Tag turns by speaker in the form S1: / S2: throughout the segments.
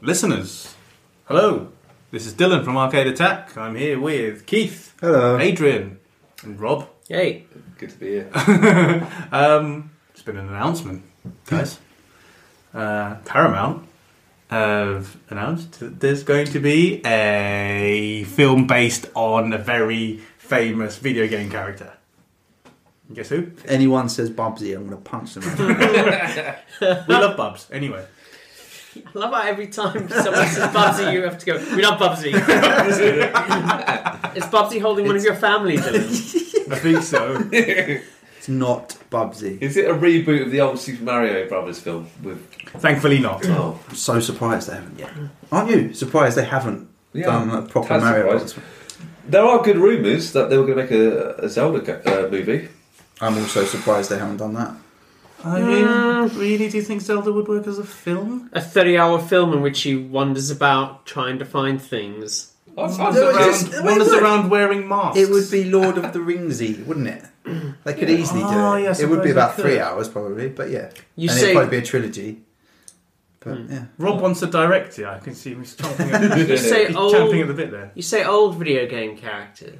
S1: Listeners, hello. This is Dylan from Arcade Attack. I'm here with Keith,
S2: Hello.
S1: Adrian, and Rob.
S3: Yay!
S4: Good to be here.
S1: Um, it's been an announcement, guys. uh, Paramount have announced that there's going to be a film based on a very famous video game character. Guess who?
S2: Anyone says Bobsy, I'm going to punch them.
S1: We love Bubs, anyway.
S3: I love how every time someone says Bubsy, you have to go, we love Bubsy. Is Bubsy holding one of your family, Dylan?
S1: I think so.
S2: it's not Bobsy.
S4: Is it a reboot of the old Super Mario Brothers film with?
S1: Thankfully, not.
S4: Oh,
S2: I'm so surprised they haven't yet. Aren't you surprised they haven't
S4: Yeah,
S2: done a proper
S4: that's
S2: Mario
S4: surprised. there are good rumours that they were going to make a, a Zelda ca- uh, movie.
S2: I'm also surprised they haven't done that.
S1: I mean, really, do you think Zelda would work as a film?
S3: A 30 hour film in which he wanders about trying to find things.
S4: I found
S2: No,
S4: it
S2: it
S4: around-
S2: just- it
S1: Wanders
S2: would.
S1: around wearing masks.
S2: It would be Lord of the Ringsy, wouldn't it? They could easily
S1: Oh,
S2: do it.
S1: yeah, I
S2: it would
S1: suppose
S2: be
S1: they
S2: about
S1: could.
S2: three hours probably, but yeah.
S3: You
S2: and
S3: say-
S2: it'd probably be a trilogy. But
S4: Hmm.
S2: yeah.
S1: Rob wants to direct it. I can see him chomping at,
S3: You say
S1: he's
S3: old.
S1: chomping at the bit there.
S3: You say old video game character.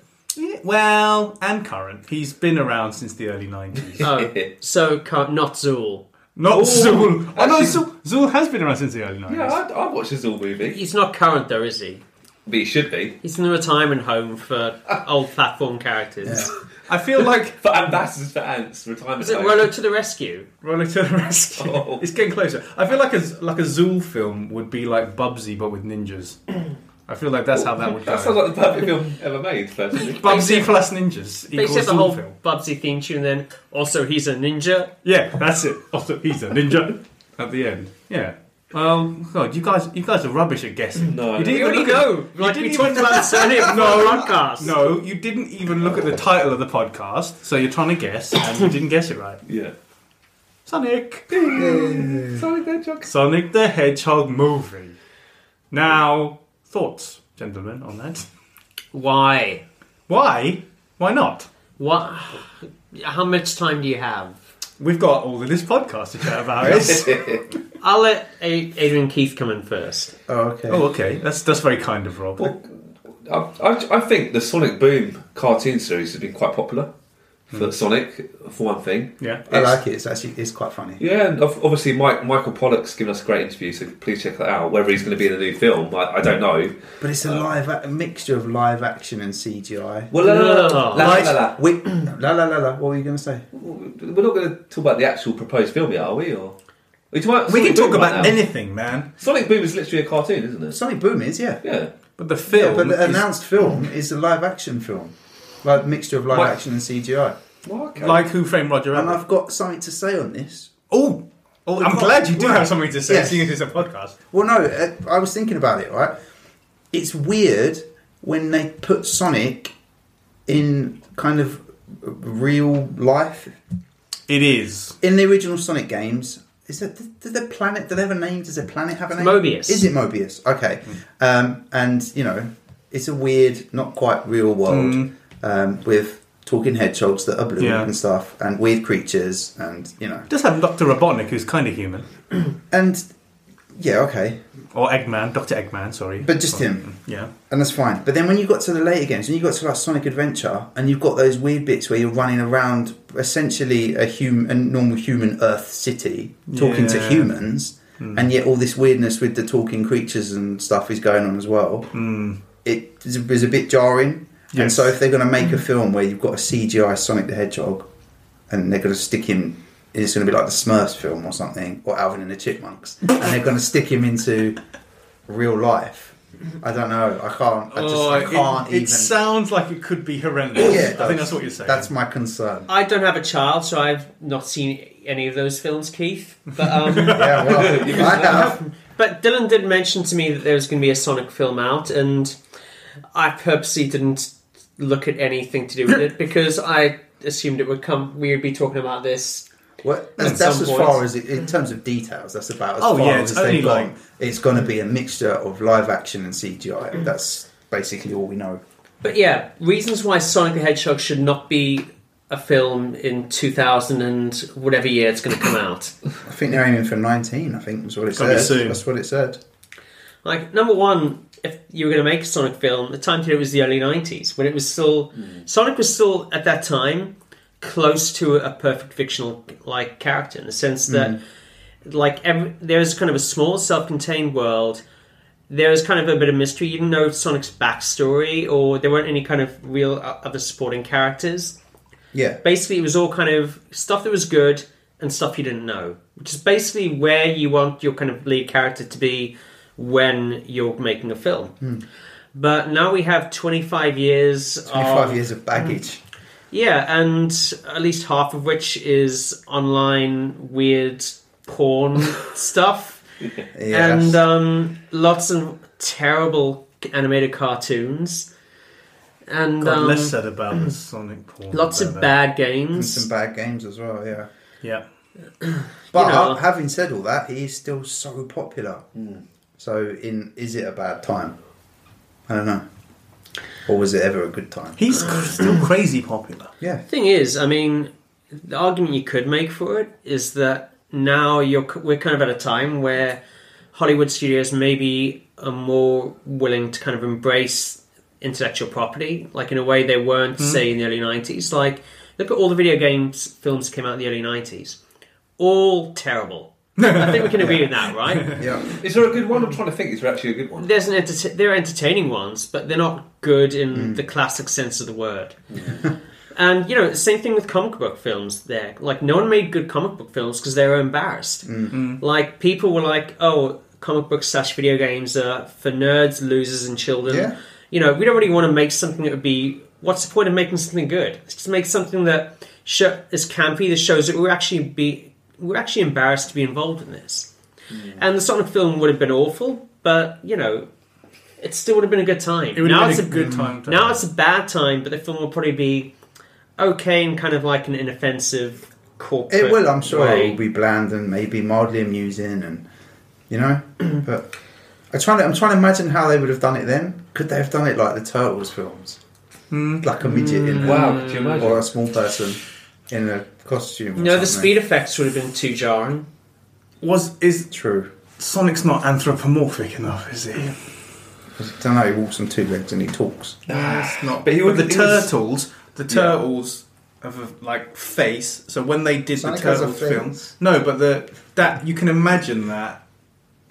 S1: Well, and current. He's been around since the early 90s.
S3: Oh, so ca- not Zool.
S1: Not Zool. Oh, no,
S4: actually-
S1: Zool, Zool has been around since the early 90s.
S4: yeah, I'd, I'd watch a Zool movie.
S3: He's not current though, is he?
S4: But it should be
S3: He's in the retirement home for old platform characters.
S1: I feel like
S4: for ambassadors for ants retirement.
S3: Is it
S4: home.
S3: Rollo to the rescue?
S1: Rolling to the Rescue.
S4: Oh.
S1: It's getting closer. I feel like a, like a Zool film would be like Bubsy, but with ninjas. I feel like that's how that would go.
S4: That sounds like the perfect film ever made. Personally,
S1: Bubsy plus ninjas
S3: They
S1: equals
S3: said
S1: Zool
S3: the whole
S1: film.
S3: Bubsy theme tune. Then also he's a ninja.
S1: Yeah, that's it. Also, he's a ninja at the end. Yeah. Well, God, you guys, you guys are rubbish at guessing.
S4: No.
S1: you didn't
S4: We
S1: even
S3: already
S1: look at-
S3: know.
S1: you
S3: Like
S1: didn't
S3: we
S1: even-
S3: talked about the surname on
S1: No,
S3: the podcast.
S1: No, you didn't even look at the title of the podcast, so you're trying to guess, and you didn't guess it right.
S4: yeah.
S1: Sonic,
S4: Sonic the Hedgehog.
S1: Sonic the Hedgehog movie. Now, thoughts, gentlemen, on that?
S3: Why?
S1: Why? Why not?
S3: What? How much time do you have?
S1: We've got all of this podcast to chat about. Yes.
S3: I'll let A- Adrian Keith come in first.
S2: Oh, okay.
S1: oh, okay. That's that's very kind of Rob.
S4: Well, I, I, I think the Sonic Boom cartoon series has been quite popular for Sonic, for one thing.
S1: yeah.
S2: I
S4: It's-
S2: like it. It's actually it's quite funny.
S4: Yeah, and ob- obviously Mike, Michael Pollock's given us a great interview, so please check that out. Whether he's going to be in a new film, I, I don't know.
S2: But it's a
S4: Oh.
S2: live a mixture of live action and CGI.
S4: Well, la, la, la, la,
S3: Ugh.
S4: la,
S2: Live-
S4: la, la.
S2: Wait, la la la la. What were you going to say?
S4: We're not going to talk about the actual proposed film yet, are we? Or we,
S1: We can talk about anything, man.
S4: Sonic Boom is literally a cartoon, isn't it?
S2: Sonic Boom is yeah.
S4: Yeah,
S1: But the
S2: Yeah,
S1: film.
S2: but uh, the
S1: is-
S2: announced film is a live action film, like mixture of live
S4: What?
S2: action and CGI.
S4: well, okay.
S1: Like Who Framed Roger
S2: And
S1: Rabbit?
S2: I've got something to say on this.
S1: Oh, oh, I'm
S2: Right.
S1: glad you do have something to say,
S2: Yes.
S1: seeing as it's a podcast.
S2: Well, no, uh, I was thinking about it. Right, it's weird when they put Sonic in kind of real life.
S1: It is.
S2: in the original Sonic games, is that did did the planet? Did they have a name? Does the planet have a name?
S3: Mobius.
S2: Is it Mobius? Okay. Um, and you know, it's a weird, not quite real world um, with talking hedgehogs that are blue
S1: Yeah.
S2: and stuff, and weird creatures, and you know,
S1: It does have Doctor Robotnik, who's kind of human,
S2: and yeah, okay,
S1: or Eggman, Doctor Eggman. Sorry,
S2: but just him,
S1: Yeah.
S2: and that's fine. But then when you got to the later games, when you got to like Sonic Adventure, and you've got those weird bits where you're running around essentially a human, a normal human Earth city, talking to
S1: Yeah. Hmm.
S2: humans. and yet all this weirdness with the talking creatures and stuff is going on as well.
S1: Mm.
S2: It is a, is a bit jarring. And
S1: Yes.
S2: so if they're going to make a film where you've got a CGI Sonic the Hedgehog, and they're going to stick him, it's going to be like the Smurfs film or something, or Alvin and the Chipmunks, and they're going to stick him into real life. I don't know. I can't. I just I can't
S1: Oh, it,
S2: even.
S1: it sounds like it could be horrendous.
S2: Yeah, it
S1: I
S2: does.
S1: think that's what you're saying.
S2: That's my concern.
S3: I don't have a child, so I've not seen any of those films, Keith. But um,
S2: Yeah, well, I have.
S3: but Dylan did mention to me that there was going to be a Sonic film out, and I purposely didn't look at anything to do with it because I assumed it would come. We would be talking about this
S2: What, that's
S3: At
S2: that's
S3: some
S2: as
S3: point.
S2: far as it, in terms of details. That's about as
S1: Oh,
S2: far
S1: yeah,
S2: as
S1: it's
S2: they've
S1: only
S2: gone.
S1: like-
S2: It's going to be a mixture of live action and
S1: Mm.
S2: CGI. That's basically all we know.
S3: But yeah, reasons why Sonic the Hedgehog should not be a film in 2000 and whatever year it's going to come out.
S2: I think they're aiming for 19. I think was what it
S1: Gotta be
S2: said.
S1: soon.
S2: That's what it said.
S3: Like, number one, if you were going to make a Sonic film, the time period was the early 90s, when it was still. Sonic was still, at that time, close to a perfect fictional like character in the sense that. Like every, there is kind of a small, self-contained world. There is kind of a bit of mystery. You didn't know Sonic's backstory, or there weren't any kind of real uh, other supporting characters.
S2: Yeah,
S3: basically it was all kind of stuff that was good and stuff you didn't know which is basically where you want your kind of lead character to be when you're making a film
S1: Hmm.
S3: but now we have 25 years
S2: 25
S1: Oh.
S3: of,
S2: years of baggage.
S3: yeah and at least half of which is online weird porn stuff
S1: Mm.
S2: Yes.
S3: and um, lots of terrible animated cartoons and
S1: God,
S3: um,
S1: less uh, said about the Sonic porn.
S3: lots
S1: the
S3: of
S1: better.
S3: bad
S1: um,
S2: and
S3: games
S2: some bad games as well. Yeah,
S1: Yeah.
S2: but
S3: know-
S2: having said all that, he is still so popular.
S4: Hmm.
S2: So, in is it a bad time? I don't know. Or was it ever a good time?
S1: He's still crazy popular.
S2: Yeah,
S3: thing is, I mean, the argument you could make for it is that now you're we're kind of at a time where Hollywood studios maybe are more willing to kind of embrace intellectual property, like in a way they weren't, say, in the early '90s. Like, look at all the video games films that came out in the early '90s, all terrible. I think we can agree with that, right?
S2: yeah.
S4: Is there a good one? I'm trying to think. Is there actually a good one?
S3: There's an enter- they're entertaining ones, but they're not good in the classic sense of the word. and you know, same thing with comic book films. There, like no one made good comic book films because they were embarrassed. Like people were like, "Oh, comic books slash video games are for nerds, losers, and children."
S2: Yeah.
S3: You know, we don't really want to make something that would be. What's the point of making something good? Let's just make something that sho is campy, that shows that we're actually be we're actually embarrassed to be involved in this. And the Sonic film would have been awful, but you know, it still would have been a good time.
S1: It would
S3: now
S1: have
S3: it's
S1: been a good time. To
S3: now it's a bad time, but the film will probably be okay and kind of like an inoffensive corporate.
S2: It will, I'm sure.
S3: way.
S2: It will be bland and maybe mildly amusing, and you know. but I'm trying to, I'm trying to imagine how they would have done it then. Could they have done it like the Turtles films,
S3: Hmm.
S2: like a midget in
S4: Wow, could you imagine?
S2: or a small person in a costume?
S3: You know, the speed effects would have been too jarring.
S1: was is
S2: True.
S1: Sonic's not anthropomorphic enough, is he?
S2: I don't know. He walks on two legs and he talks.
S1: That's not.
S4: But
S1: But,
S4: he would-
S1: the
S4: he was-
S1: turtles, the turtles have a like face. So when they did
S2: Sonic
S1: the
S2: has a
S1: turtles film,
S2: face.
S1: no, but the that you can imagine that,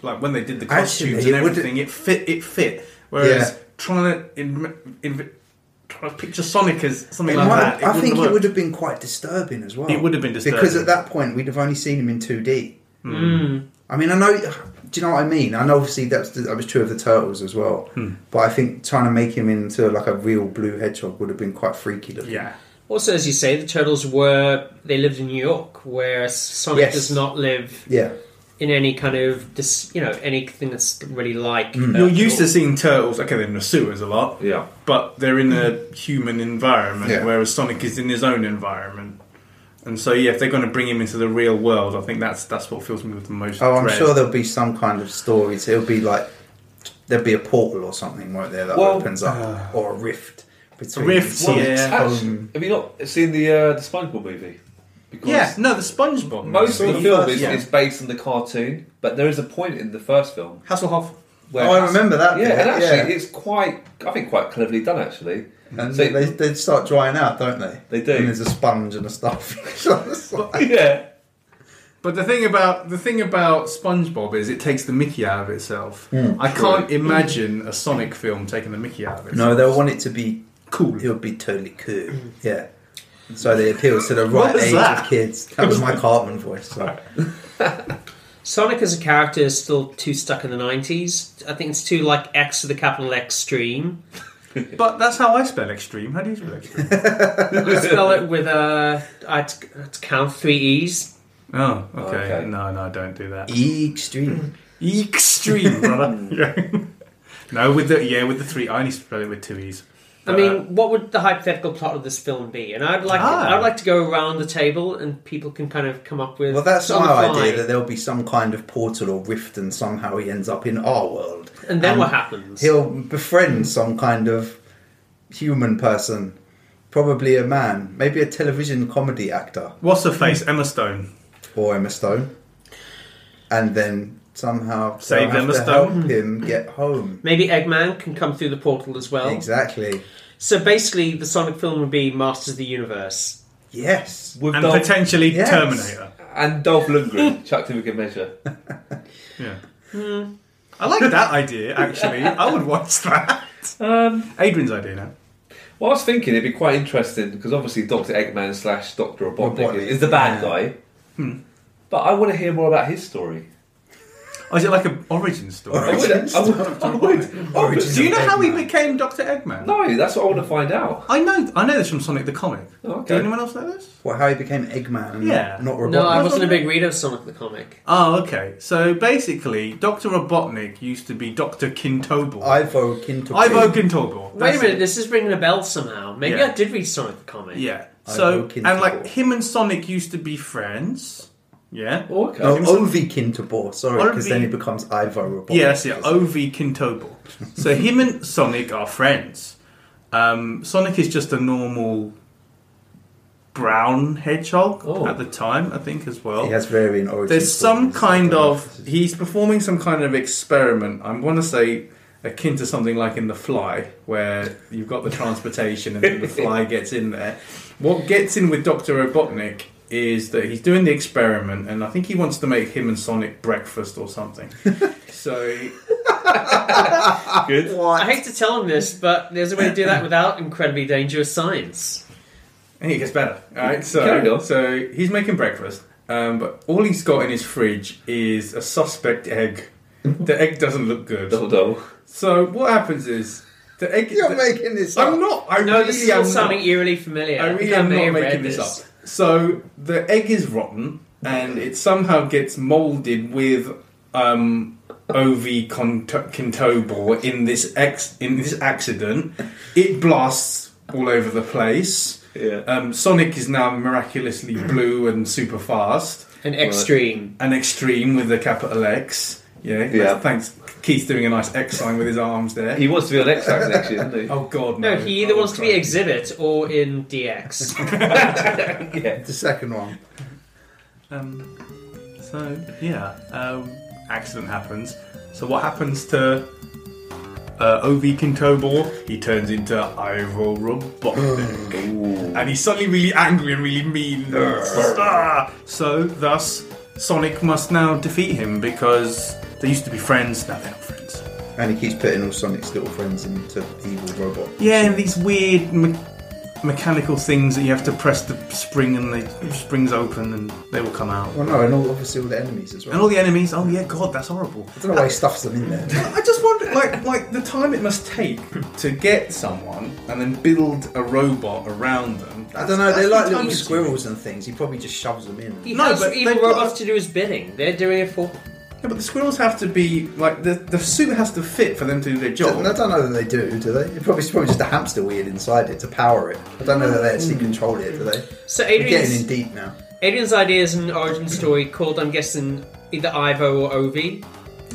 S1: like when they did the
S2: Actually,
S1: costumes
S2: it
S1: and
S2: would-
S1: everything, it fit. It fit. Whereas
S2: Yeah.
S1: trying to in, in, trying to picture Sonic as something
S2: It
S1: like
S2: might-
S1: that, it
S2: I think it would
S1: would.
S2: have been quite disturbing as well.
S1: It would have been
S2: because
S1: disturbing. Hmm.
S2: at that point we'd have only seen him in 2D.
S3: Mm.
S2: I mean, I know. Do you know what I mean? I know. Obviously, that's that was true of the turtles as well.
S1: Hmm.
S2: But I think trying to make him into like a real blue hedgehog would have been quite freaky looking.
S1: Yeah.
S3: Also, as you say, the turtles were they lived in New York, whereas Sonic
S2: Yes.
S3: does not live
S2: yeah.
S3: in any kind of dis- you know anything that's really like.
S2: Mm. Hmm.
S3: uh,
S1: You're used to seeing turtles. Okay, they're in the sewers a lot,
S4: Yeah.
S1: but they're in a human environment,
S2: Yeah.
S1: whereas Sonic is in his own environment. And so yeah, if they're going to bring him into the real world, I think that's that's what fills me with the most.
S2: Oh, I'm
S1: dread.
S2: sure there'll be some kind of story. So it'll be like there'll be a portal or something, won't there, that
S4: Well,
S2: opens up or a rift between
S1: uh, rift,
S2: Sonic's
S1: yeah.
S2: home.
S4: Actually, have you not seen the uh, the SpongeBob movie? Because
S1: Yeah, no, the SpongeBob.
S4: most of the
S2: the
S4: film
S2: first
S4: is,
S1: one.
S4: is based on the cartoon, but there is a point in the first film
S1: Hasselhoff.
S4: where
S2: Oh, I remember that
S4: Yeah,
S2: bit,
S4: and actually,
S2: yeah.
S4: it's quite I think quite cleverly done actually.
S2: And
S4: So-
S2: they, they start drying out, don't they?
S4: They do.
S2: And there's a sponge and a starfish. on the side.
S4: yeah.
S1: But the thing about the thing about SpongeBob is it takes the Mickey out of itself.
S2: Hmm.
S1: I can't imagine a Sonic film taking the Mickey out of itself.
S2: no, they'll want it to be.
S1: cool.
S2: It'll be totally cool. Yeah. So they appeal to the right
S1: was
S2: age
S1: that?
S2: of kids. Mm. That was my Cartman voice. Sorry.
S3: Sonic as a character is still too stuck in the 90s. I think it's too, like, X to the capital extreme.
S1: But that's how I spell extreme. How do you spell extreme?
S3: I spell it with a. I'd, I'd count three E's.
S1: oh, okay.
S4: Okay.
S1: No, no, don't do that.
S2: Extreme.
S1: Extreme, brother. Yeah. no, with the yeah, with the three. I only spell it with two e's. Uh,
S3: I mean, what would the hypothetical plot of this film be? And I'd like
S1: Ah.
S3: I'd like to go around the table and people can kind of come up with.
S2: Well, that's
S3: on the
S2: my
S3: fly.
S2: idea that there'll be some kind of portal or rift, and somehow he ends up in our world.
S3: And then what happens?
S2: He'll befriend some kind of human person, probably a man, maybe a television comedy actor
S1: What's her face? Emma Stone.
S2: or Emma Stone, and then somehow they'll
S1: Save
S2: have
S1: Emma
S2: to
S1: Stone.
S2: help him get home.
S3: Maybe Eggman can come through the portal as
S1: Oh.
S3: well.
S2: Exactly.
S3: So basically, the Sonic film would be Masters of the Universe.
S2: Yes.
S4: With
S1: And
S4: Dolph,
S1: potentially
S2: Yes.
S1: Terminator.
S4: and Dolph Lundgren chucked in a good measure.
S1: Yeah.
S4: Hmm.
S1: I like that idea, actually. I would watch that. Um, Adrian's idea now.
S4: Well, I was thinking it'd be quite interesting because obviously Doctor Eggman slash Doctor Robotnik
S2: Robotnik,
S4: is, is the bad
S2: yeah.
S4: guy, but I want to hear more about his story.
S1: Oh, is it like an origin
S4: I
S1: story?
S4: would. I would. I would. I would.
S1: Do you know how he
S2: Eggman.
S1: became Dr. Eggman?
S4: No, that's what I want to find out.
S1: I know I know this from Sonic the Comic.
S4: Oh, okay.
S1: Do anyone else know this?
S2: Well, how he became Eggman and
S1: Yeah.
S2: not Robotnik.
S3: No, I
S1: Robotnik?
S3: wasn't a big reader of Sonic the comic.
S1: Oh, okay. So basically, Dr. Robotnik used to be Dr. Kintobor.
S2: Ivo Quintal.
S1: Ivo Kintobor.
S3: Wait
S1: That's
S3: a minute,
S1: it.
S3: this is ringing a bell somehow. Maybe
S1: Yeah.
S3: I did read Sonic the comic.
S1: Yeah.
S2: Ivo
S1: So, and
S2: Kintobor.
S1: like, him and Sonic used to be friends. Yeah.
S4: Oh, okay.
S2: No, Ovi Quintal. Sorry, because
S1: Ovi-
S2: then he becomes Ivo Robotnik.
S1: Yeah, that's it. Ov Kintobor. So him and Sonic are friends. Um, Sonic is just a normal brown hedgehog
S4: Oh.
S1: at the time, I think, as well.
S2: He has varying origins.
S1: There's some kind of he's performing some kind of experiment. I want to say akin to something like in The Fly, where you've got the transportation and then the fly gets in there. What gets in with Doctor Robotnik is that he's doing the experiment, and I think he wants to make him and Sonic breakfast or something. so
S4: Good.
S3: I hate to tell him this, but there's a way to do that without incredibly dangerous science.
S1: And it gets better. All right,
S4: Carry
S1: so
S4: on.
S1: so he's making breakfast, um, but all he's got in his fridge is a suspect egg. The egg doesn't look
S4: Double
S1: good.
S4: double.
S1: So what happens is the egg.
S2: You're
S1: the-
S2: making this up.
S1: I'm not. I
S3: No,
S1: really
S3: this is all
S1: am
S3: sounding
S1: not.
S3: eerily familiar.
S1: I
S3: think
S1: really am
S3: may
S1: not
S3: have read
S1: making this up. So the egg is rotten, and it somehow gets molded with um, Ov Kintobor in this ex in this accident. It blasts all over the place.
S4: Yeah.
S1: Um, Sonic is now miraculously blue and super fast
S3: An extreme.
S1: and extreme with the capital X. Yeah.
S4: Yeah.
S1: Thanks. Keith's doing a nice X sign with his arms there.
S4: He wants to be on X Factor next year, doesn't he?
S1: oh God, no!
S3: No, he either
S1: Oh,
S3: wants to be
S1: crikey.
S3: exhibit or in DX.
S4: Yeah.
S2: The second one.
S1: Um, so yeah, um, accident happens. So what happens to uh, Ov Kintobor? He turns into Ivo Robotnik, and he's suddenly really angry and really mean. Ah! so thus, Sonic must now defeat him because they used to be friends. Now they're not friends.
S2: And he keeps putting all Sonic's little friends into evil robot.
S1: Yeah, and these weird me- mechanical things that you have to press the spring and they springs open and they will come out.
S2: Well, no, and all, obviously all the enemies as
S1: And
S2: well.
S1: all the enemies. Oh yeah, God, that's horrible.
S2: I don't know why he stuffs them in there.
S1: I just wonder, like, like the time it must take to get someone and then build a robot around them.
S2: I don't know. They're
S1: That's
S2: like
S1: the time
S2: little
S1: it's-
S2: squirrels and things. He probably just shoves them in.
S3: He
S1: No,
S3: has
S1: but
S3: evil
S1: they've got-
S3: robots to do his bidding. They're doing it for
S5: but the squirrels have to be like the the suit has to fit for them to do their job.
S2: I don't know that they do, do they? It probably, it's probably just a hamster wheel inside it to power it. I don't know that they actually control it, do they?
S3: So
S2: We're getting
S3: Adrian's
S2: in deep now.
S3: Adrian's idea is an origin story called, I'm guessing, either Ivo or Ovi.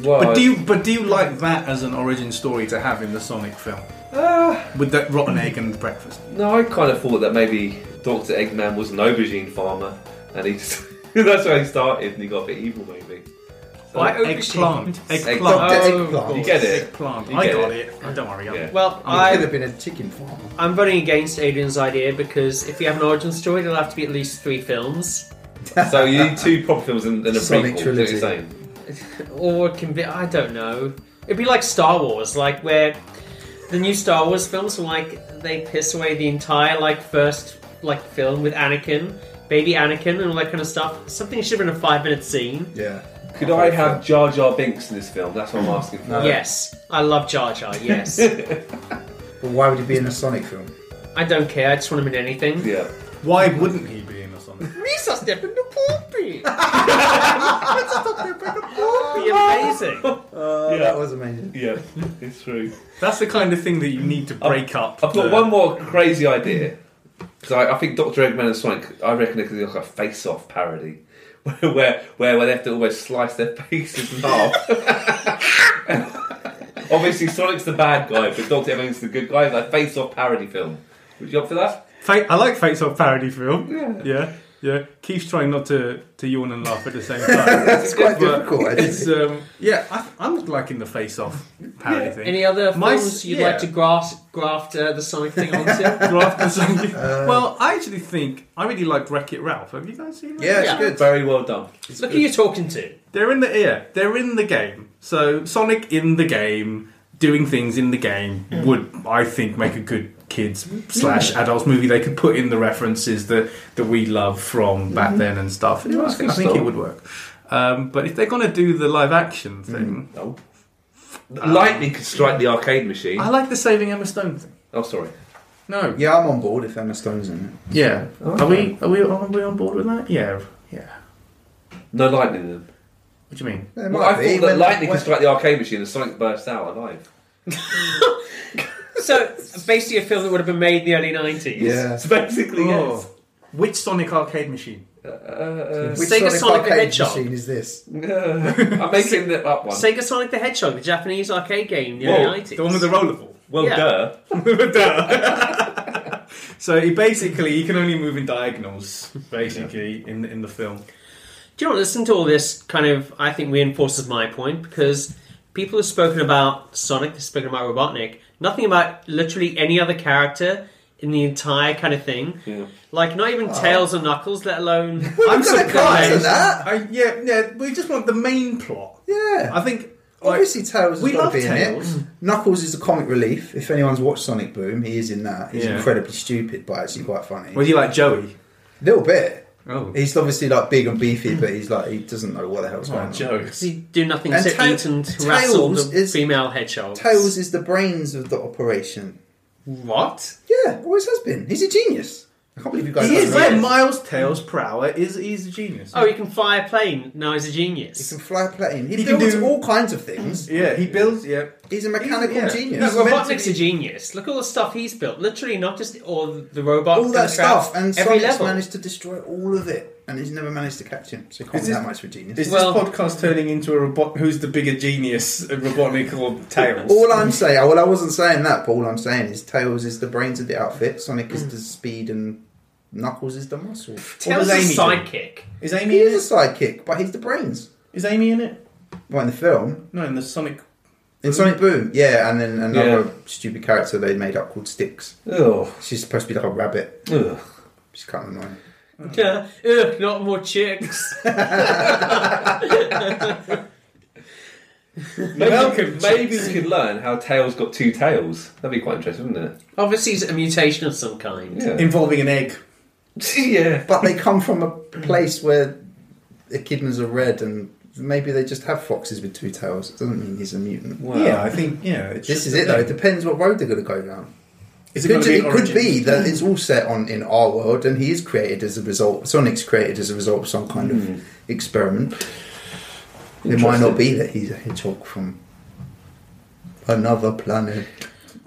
S4: Well,
S1: But do you but do you like that as an origin story to have in the Sonic film
S4: Uh,
S1: with that rotten egg and breakfast?
S4: no, I kind of thought that maybe Doctor Eggman was an aubergine farmer, and he just, that's where he started, and he got a bit evil, maybe. So,
S3: Why open
S1: Eggplant.
S3: shaped?
S1: Eggplant.
S2: Doctor
S3: Oh,
S2: Eggplant.
S4: You get it.
S1: Eggplant.
S4: You
S1: I
S4: get
S1: got
S4: it.
S1: it. Oh, don't worry. I'm-
S4: Yeah.
S3: Well,
S2: I could
S3: I,
S2: have been a chicken farmer.
S3: I'm voting against Adrian's idea because if you have an origin story, there'll have to be at least three films.
S4: so you need two proper films and, and a
S2: Sonic
S4: prequel.
S2: trilogy.
S4: Do the same.
S3: Or it can be, I don't know. It'd be like Star Wars, like where the new Star Wars films were like, they piss away the entire, like, first, like, film with Anakin, baby Anakin, and all that kind of stuff. Something should have been a five minute scene.
S2: Yeah.
S4: Could I have Jar Jar Binks in this film? That's what I'm asking for.
S3: Yes. I love Jar Jar, yes.
S2: But why would he be in a Sonic film?
S3: I don't care, I just want him in anything.
S4: Yeah.
S1: Why wouldn't he be in a Sonic?
S3: Resus stepping the poopy! Be amazing.
S2: Oh,
S4: Yeah.
S2: that was amazing.
S4: Yeah, it's true.
S1: That's the kind of thing that you need to break up.
S4: I've got
S1: the-
S4: one more crazy idea. Because I, I think Doctor Eggman and Sonic, I reckon it could be like a face-off parody, where where, where they have to almost slice their faces in half. Obviously, Sonic's the bad guy, but Doctor Eggman's the good guy. Like face-off parody film. Would you up for that?
S1: Fate, I like Fate's old parody film. Yeah. Yeah. Yeah. Keith's trying not to, to yawn and laugh at the same time.
S2: That's quite
S1: But
S2: difficult,
S1: It's
S2: actually.
S1: um, yeah, I, I'm liking the face off parody thing.
S3: Any other
S1: My
S3: films
S1: s-
S3: you'd
S1: yeah.
S3: like to graft, graft uh, the Sonic thing onto?
S1: Graft or something. well, I actually think I really liked Wreck It Ralph. Have you guys seen that?
S2: Yeah,
S3: Yeah.
S2: it's good.
S4: Very well done.
S3: Look who you're talking to.
S1: They're in the ear. They're in the game. So Sonic in the game, doing things in the game
S4: Hmm.
S1: would, I think, make a good kids slash adults movie. They could put in the references that that we love from back then and stuff. I
S4: Mm-hmm. that's
S1: think, I
S4: good
S1: think it
S4: stuff.
S1: would work. Um, but if they're gonna do the live action
S4: Mm-hmm.
S1: thing,
S4: No. Lightning could strike the arcade machine.
S1: I like the Saving Emma Stone thing.
S4: Oh, sorry.
S1: No.
S2: Yeah, I'm on board if Emma Stone's in it.
S1: Yeah.
S4: Oh,
S1: Are we? Are we? Are we on board with that? Yeah. Yeah.
S4: No lightning in them.
S1: What do you mean?
S2: There
S4: Well,
S2: might
S4: I
S2: be.
S4: thought that
S2: When-
S4: lightning
S2: when-
S4: could strike the arcade machine and Sonic bursts out alive.
S3: So, basically, a film that would have been made in the early 90s.
S2: Yeah.
S4: So basically, yes.
S1: Oh. Which Sonic arcade machine?
S4: Uh, uh,
S2: Which
S3: Sega Sonic the
S2: arcade
S3: Hedgehog.
S2: machine is this?
S4: uh, I'm making it up one.
S3: Sega Sonic the Hedgehog, the Japanese arcade game in the
S4: Whoa,
S3: early 90s.
S1: The one with the rollerball.
S4: Well,
S3: Yeah.
S4: duh.
S1: So he basically he can only move in diagonals, basically in the, in the film.
S3: Do you know, what, listen to all this kind of, I think, reinforces my point because people have spoken about Sonic, they've spoken about Robotnik, nothing about literally any other character in the entire kind of thing.
S4: Yeah.
S3: Like, not even Tails or Knuckles, let alone.
S1: I'm
S2: Guys, and
S1: surprised.
S2: that.
S1: I, yeah, yeah. We just want the main plot.
S2: Yeah.
S1: I think. like,
S2: Obviously, Tails
S1: we
S2: has got
S1: love
S2: to be in
S1: Tails.
S2: it. Mm. Knuckles is a comic relief. If anyone's watched Sonic Boom, he is in that. He's
S1: Yeah.
S2: incredibly stupid, but actually quite funny.
S1: Well, you like Joey?
S2: little bit.
S1: Oh,
S2: He's obviously like big and beefy, but he's like he doesn't know what the hell's
S1: Oh,
S2: going on.
S1: Joey.
S3: Does he do nothing
S2: And
S3: except
S2: Ta-
S3: eat and
S2: Tails
S3: wrestle the
S2: is-
S3: female hedgehog?
S2: Tails is the brains of the operation.
S1: What?
S2: Yeah, always has been. He's a genius. I can't believe you guys.
S1: He is
S2: don't know
S1: where
S2: that.
S1: Miles Tails per hour is. He's a genius.
S3: Oh, he can fly a plane. Now he's a
S2: He
S3: genius.
S2: can fly a plane. He,
S1: He can
S2: builds
S1: do-
S2: all kinds of things.
S1: yeah. He builds. Yeah.
S2: He's a mechanical
S1: yeah.
S3: No,
S2: genius.
S1: He's meant to
S3: Robotnik's
S1: be-
S3: a genius. Look at all the stuff he's built. Literally, not just all the robots,
S2: all that
S3: and the traps,
S2: stuff, and
S3: every
S2: Sonic's
S3: level.
S2: managed to destroy all of it, and he's never managed to catch him. So he can't
S1: Is
S2: be
S1: this-
S2: that much of a genius.
S1: Is
S3: Well-
S1: this podcast turning into a robot? Who's the bigger genius, a Robotnik or Tails?
S2: All I'm saying, well, I wasn't saying that, but all I'm saying is Tails is the brains of the outfit, Sonic is the speed, and Knuckles is the muscle.
S3: Tails
S1: What does
S3: is a
S1: Amy
S3: sidekick.
S1: is Amy
S2: He
S1: in it?
S2: is a sidekick, but he's the brains.
S1: Is Amy in it?
S2: Well, in the film,
S1: No, in the Sonic.
S2: in Sonic Boom, yeah, and then another
S4: Yeah.
S2: stupid character they made up called Sticks.
S4: Ugh.
S2: She's supposed to be like a rabbit.
S4: Ugh.
S2: She's kind of annoying. Mm.
S3: Yeah. Ugh, not more chicks.
S4: Maybe,
S1: Welcome,
S4: maybe we could learn how Tails got two tails. That'd be quite interesting, wouldn't
S3: Obviously, it's a mutation of some kind.
S4: it?
S1: Involving an egg.
S4: Yeah. yeah.
S2: But they come from a place where echidnas are red, and maybe they just have foxes with two tails. It doesn't mean he's a mutant.
S4: Wow.
S1: Yeah, I think yeah. It's
S2: This is it, though. It depends what road they're going to go down.
S1: Is
S2: It could, it could be that it's all set on in our world, and he is created as a result. Sonic's created as a result of some kind of experiment. It might not be that he's a hedgehog from another planet.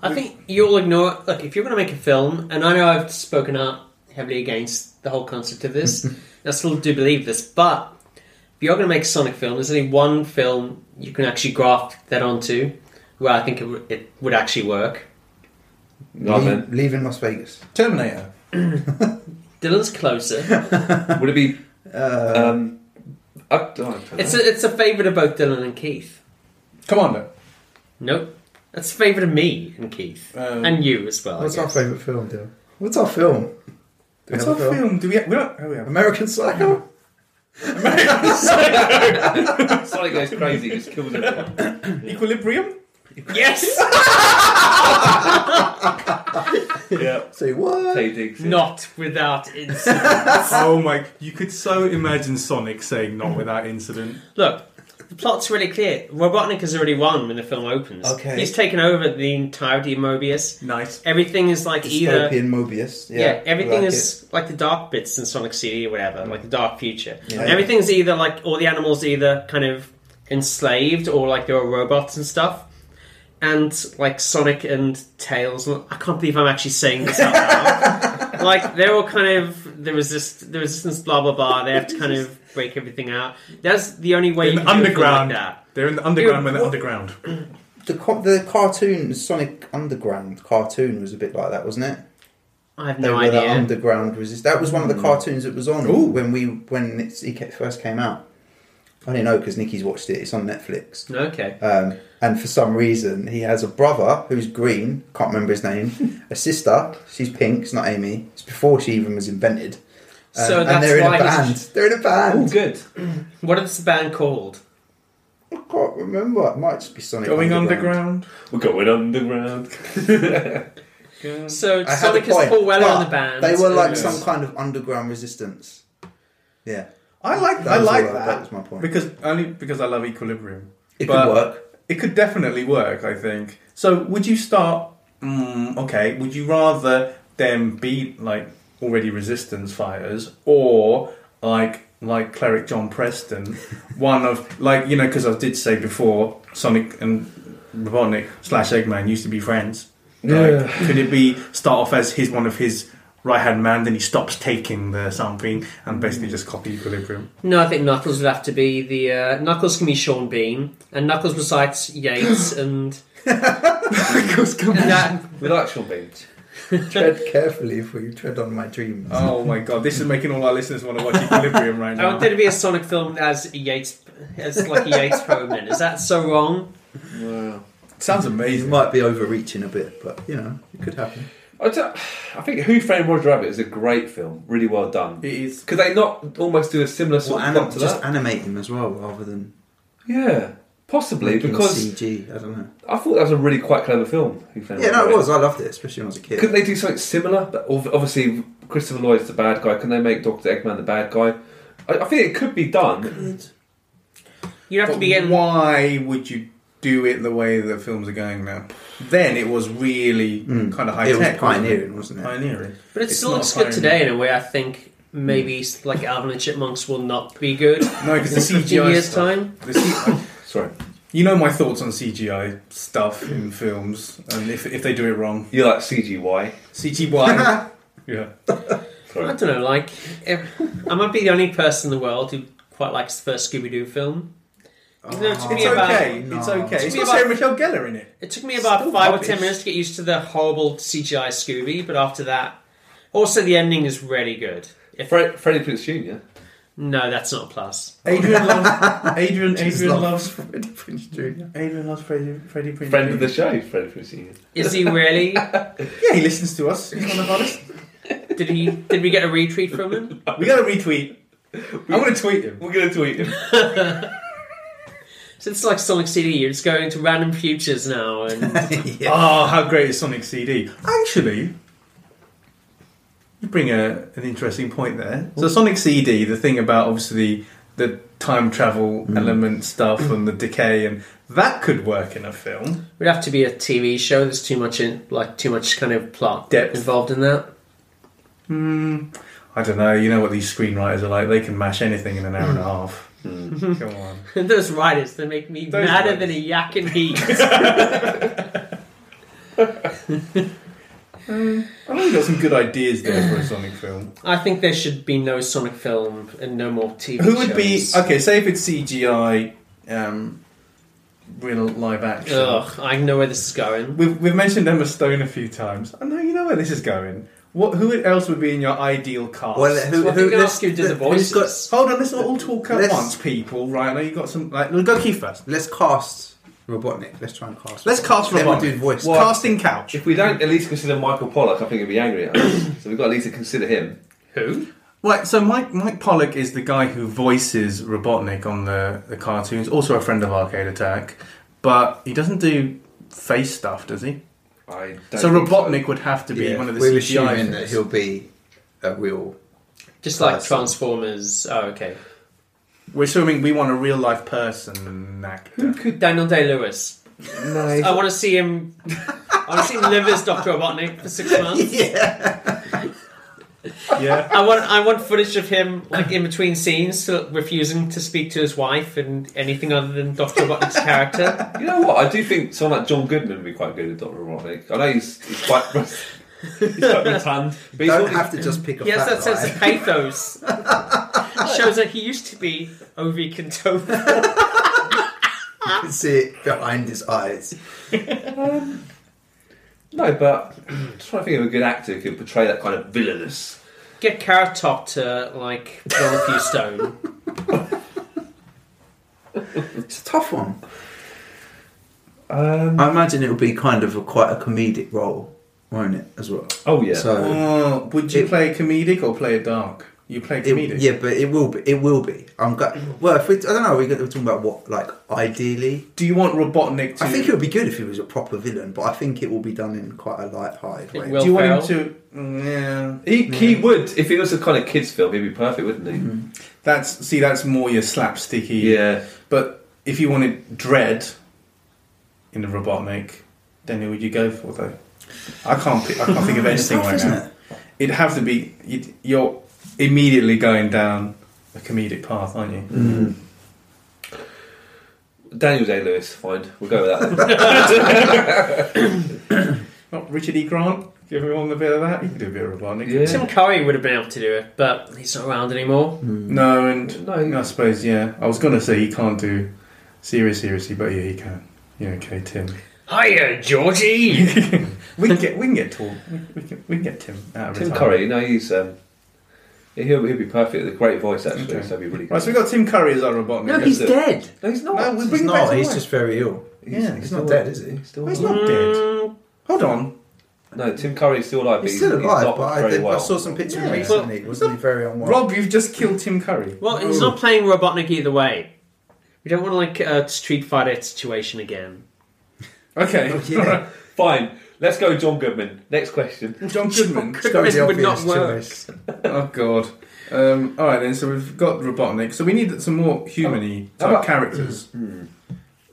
S3: I think you'll ignore. Look, if you're going to make a film, and I know I've spoken out heavily against the whole concept of this, and I still do believe this, but if you're going to make a Sonic film, there's only one film you can actually graft that onto where I think it, w- it would actually work.
S2: Le-
S4: Nightman.
S2: leaving Las Vegas.
S1: Terminator.
S3: Dylan's closer.
S4: Would it be?
S2: Uh,
S4: Um, I, I don't know.
S3: It's a, it's a favourite of both Dylan and Keith.
S1: Commander.
S3: Nope. It's a favourite of me and Keith.
S1: Um,
S3: and you as well. I
S2: what's our
S3: guess.
S2: favourite film, Dylan? What's our film? Do we
S1: What's
S2: have
S1: our
S2: a
S1: film? Do we? Have, we don't. Oh, we have.
S2: American Psycho.
S4: Sonic goes crazy, just kills everyone.
S1: Equilibrium.
S3: Yes!
S4: yeah.
S2: Say what?
S4: Tay Diggs. yeah.
S3: Not without incident.
S6: oh my! You could so imagine Sonic saying "not without incident."
S3: Look, the plot's really clear. Robotnik has already won when the film opens.
S2: Okay.
S3: He's taken over the entirety of Mobius.
S6: Nice.
S3: Everything is like
S2: Dystopian
S3: either.
S2: Mobius. Yeah,
S3: Yeah, everything
S2: I like Mm.
S3: is like the dark bits in Sonic City or whatever, like the dark future.
S2: Yeah.
S3: Everything's either like all the animals either kind of enslaved or like there are robots and stuff. And like Sonic and Tails, and- I can't believe I'm actually saying this out loud. like they're all kind of the resist, the resistance, blah blah blah. They have to kind of break everything out. That's the only way you
S6: In
S3: can
S6: the
S3: do a film like
S6: underground.
S3: that.
S6: They're in the underground when they're
S2: what-
S6: underground.
S2: it. The co- the cartoon Sonic Underground cartoon was a bit like that, wasn't it?
S3: I have
S2: They
S3: no
S2: were the
S3: idea. Hmm.
S2: underground resist. That was one of the cartoons that was on when we when it it ca- first came out. I didn't know because Nikki's watched it. It's on Netflix.
S3: okay.
S2: Um, and for some reason, he has a brother who's green. Can't remember his name. a sister. She's pink. It's not Amy. It's before she even was invented. Um,
S3: So
S2: and
S3: that's
S2: they're in
S3: why
S2: a
S3: he's-
S2: band. They're in a band.
S4: Oh, good.
S3: What is the band called?
S2: I can't remember. It might just be Sonic.
S1: Going underground.
S4: We're going underground.
S3: So
S2: I had
S3: Sonic
S2: a
S3: is
S2: point,
S3: Paul Weller
S2: but
S3: in the band.
S2: They were like
S3: Yes.
S2: some kind of underground resistance. Yeah,
S1: I like.
S2: That
S1: I
S2: was
S1: like
S2: all I-
S1: that.
S2: that was my point.
S1: Because only because I love Equilibrium.
S2: it
S1: But-
S2: could work.
S1: It could definitely work. I think. So would you start? Mm, okay. Would you rather them be like already resistance fighters or like like cleric John Preston, one of like you know because I did say before Sonic and Robotnik slash Eggman used to be friends. Like, Could it be start off as his one of his right hand man, then he stops taking the something and basically just copy Equilibrium?
S3: No, I think Knuckles would have to be the uh, Knuckles can be Sean Bean, and Knuckles besides Yates and and that.
S4: We like Sean Beans.
S2: Tread carefully before you tread on my dreams.
S1: Oh my god, this is making all our listeners want to watch Equilibrium right
S3: I
S1: now.
S3: want there to be a Sonic film as Yates, as like a Yates proman. Is that so wrong?
S4: Wow.
S1: Sounds
S2: You
S1: amazing.
S2: might be overreaching a bit, but you know it could happen.
S4: I, don't- I think Who Framed Roger Rabbit is a great film. Really well done.
S1: It is.
S4: Could they not almost do a similar
S2: Or
S4: sort of
S2: anim-
S4: plot to
S2: just
S4: that?
S2: animate them as well, rather than
S4: Yeah, possibly
S2: making
S4: because
S2: CG. I don't know.
S4: I thought that was a really quite clever film. Who Framed
S2: Yeah, no,
S4: Roger
S2: it
S4: Rabbit.
S2: was. I loved it, especially when I was a kid.
S4: Couldn't they do something similar? But ob- obviously, Christopher Lloyd's the bad guy. Can they make Doctor Eggman the bad guy? I, I think it could be done.
S3: You have to
S1: But
S3: be getting.
S1: why would you do it the way that films are going now? Then it was really
S2: Mm.
S1: kind of high
S2: it was
S1: tech. wasn't Hmm. it?
S2: pioneering, wasn't it?
S1: Pioneering.
S3: But it
S1: It's
S3: still
S1: not
S3: looks
S1: a
S3: good
S1: pirate.
S3: today in a way. I think maybe like Alvin and Chipmunks will not be good
S1: No,
S3: in
S1: because the
S3: 15
S1: CGI
S3: years
S1: stuff-
S3: time.
S1: the C-
S4: Sorry,
S1: you know my thoughts on CGI stuff in films, and if, if they do it wrong,
S4: you like CGY?
S1: CGI. yeah.
S3: I
S4: Sorry.
S3: don't know, like, if, I might be the only person in the world who quite likes the first Scooby Doo film. Even though it took
S2: Oh,
S1: It's
S3: me about,
S1: okay.
S2: no.
S1: It's okay. It's
S3: me
S1: got
S3: about-
S1: Sarah Michelle Gellar in it.
S3: It took me about
S1: Still
S3: five or
S1: rubbish.
S3: ten minutes to get used to the horrible CGI Scooby, but after that. Also, the ending is really good. If,
S4: Fre- Freddie Prinze Jr.
S3: no, that's not a plus.
S1: Adrian loves. Adrian.
S2: Just
S1: Adrian
S2: loves
S1: loves.
S2: Freddie Prinze Jr.
S1: Adrian loves Freddie. Freddie Prinze.
S4: Friend of the
S1: Jr.
S4: show, Freddie Prinze Jr.
S3: Is he really?
S1: Yeah, he listens to us. He's one of our listeners.
S3: did he? Did we get a retweet from him?
S1: We got to retweet. I'm gonna tweet him.
S4: We're gonna tweet him.
S3: So it's like Sonic CD. You're just going to random futures now, and
S2: yeah.
S1: Oh, how great is Sonic CD? Actually, you bring a, an interesting point there. So, Sonic CD, the thing about obviously the, the time travel element stuff and the decay, and that could work in a film.
S3: we'd have to be a TV show. There's too much in, like, too much kind of plot
S1: Depth.
S3: involved in that.
S1: Hmm. Hmm. I don't know, you know what these screenwriters are like, they can mash anything in an hour and a half. Come on.
S3: Those writers, they make me
S1: Those
S3: madder
S1: writers.
S3: than a yak in heat.
S1: I know you got some good ideas there for a Sonic film.
S3: I think there should be no Sonic film and no more TV
S1: Who would be
S3: shows.
S1: okay? Say if it's CGI, um, real live action.
S3: Ugh, I know where this is going.
S1: We've, we've mentioned Emma Stone a few times. I know you know where this is going. What? Who else would be in your ideal cast?
S2: Well, who,
S3: Well, I
S2: who,
S3: think I'll
S2: let's-
S3: ask you to the
S2: who's
S3: voices.
S2: got-
S1: Hold on, let's not all talk at
S2: Let's-
S1: once, people. Right? I know you got some. Like, we'll go Keith first.
S2: let's cast Robotnik. Let's try and cast.
S1: Let's cast
S2: Then
S1: Robotnik.
S2: We'll do voice.
S1: Well, Casting couch.
S4: If we don't at least consider Michael Pollock, I think he'd be angry at us. so we've got at least to consider him.
S3: Who?
S1: Right, so Mike Mike Pollock is the guy who voices Robotnik on the, the cartoons, also a friend of Arcade Attack, but he doesn't do face stuff, does he?
S4: I don't
S1: so
S4: think
S1: Robotnik would have to be
S2: Yeah,
S1: one of the
S2: we're
S1: CGI.
S2: assuming that
S1: things.
S2: he'll be a real.
S3: Just like
S2: Person.
S3: Transformers. Oh, okay.
S1: We're assuming we want a real life person
S3: Who
S1: actor.
S3: could Daniel Day Lewis?
S2: Oh,
S3: I want to see him. I want to see him live as Doctor Robotnik for six months.
S2: Yeah.
S1: yeah.
S3: I want. I want footage of him like in between scenes, so refusing to speak to his wife and anything other than Doctor Robotnik's character.
S4: You know what? I do think someone like John Goodman would be quite good at Dr. Robotnik. I know he's, he's quite. he's quite rotund. But he's
S2: Don't
S4: always-
S2: have to just pick a
S3: He has
S2: fat
S3: that sense
S2: guy.
S3: of pathos. It shows that he used to be Ovi Kintova.
S2: You can see it behind his eyes.
S4: No, but I'm trying to think of a good actor who could portray that kind of villainous.
S3: Get Carrot Top to like roll a few stone.
S2: It's a tough one.
S4: Um,
S2: I imagine it'll be kind of a quite a comedic role, won't it? As well.
S4: oh yeah.
S2: So
S1: Uh, would you
S2: It-
S1: play comedic or play dark? You play
S2: it-
S1: comedic.
S2: yeah, but it will be. It will be. I'm go- Well, if we, I don't know, we're going to talking about what, like, ideally.
S1: Do you want Robotnik to?
S2: I think it would be good if he was a proper villain, but I think it will be done in quite a light-hearted
S3: It
S2: way.
S3: will.
S1: do you want
S3: Will
S1: him to? Mm, Yeah.
S4: he, he would if it was a kind of kids film, he'd be perfect, wouldn't he?
S2: Mm-hmm.
S1: That's see. That's more your slapsticky.
S4: Yeah.
S1: But if you wanted Dread in the Robotnik, then who would you go for though? I can't. Pick, I can't think of
S2: It's
S1: anything
S2: tough,
S1: right
S2: isn't
S1: now. It'd have to be. You'd, you're immediately going down a comedic path, aren't you?
S2: Mm.
S4: Daniel Day Lewis, fine. We'll go with that.
S1: Not Richard E. Grant. Give everyone a bit of that. You can do a bit of Robotnik.
S4: Yeah.
S3: Tim Curry would have been able to do it, but he's not around anymore.
S1: No, and
S4: No.
S1: I suppose yeah. I was gonna say he can't do serious, seriously, but yeah, he can. Yeah, okay, Tim.
S3: Hiya, Georgie.
S1: We can get we can get tall. We, we can we can get Tim out of
S4: Tim
S1: retirement.
S4: Curry, no, he's um, yeah, he'll, he'll be perfect. The great voice actually,
S1: Okay.
S4: so he'd be really good.
S1: Right, so we got Tim Curry as our Robotnik.
S2: No, he's
S4: Yes,
S2: dead.
S4: no, he's not.
S1: No, we
S2: He's
S1: bring him back
S2: not.
S1: to
S2: He's
S1: life.
S2: just very ill.
S1: yeah,
S2: He's not dead, is he?
S4: He's still
S1: Well, he's
S4: alive.
S1: not dead.
S3: Mm,
S1: Hold on.
S4: No, Tim Curry is still alive.
S2: He's
S4: but
S2: still alive,
S4: not
S2: but I,
S4: very
S2: think,
S4: well.
S2: I saw some pictures
S1: Yeah.
S2: recently. Wasn't he very unwell?
S1: Rob, you've just killed Tim Curry.
S3: Well, he's not playing Robotnik either way. We don't want like a Street Fighter situation again.
S1: Okay.
S2: Oh, yeah.
S4: Fine, let's go, John Goodman. Next question.
S1: John Goodman.
S2: It's gotta be
S3: It would not
S2: obvious
S3: work.
S2: choice.
S1: oh god. Um, all right then. So we've got Robotnik. So we need some more humany
S4: How
S1: type
S4: about-
S1: characters.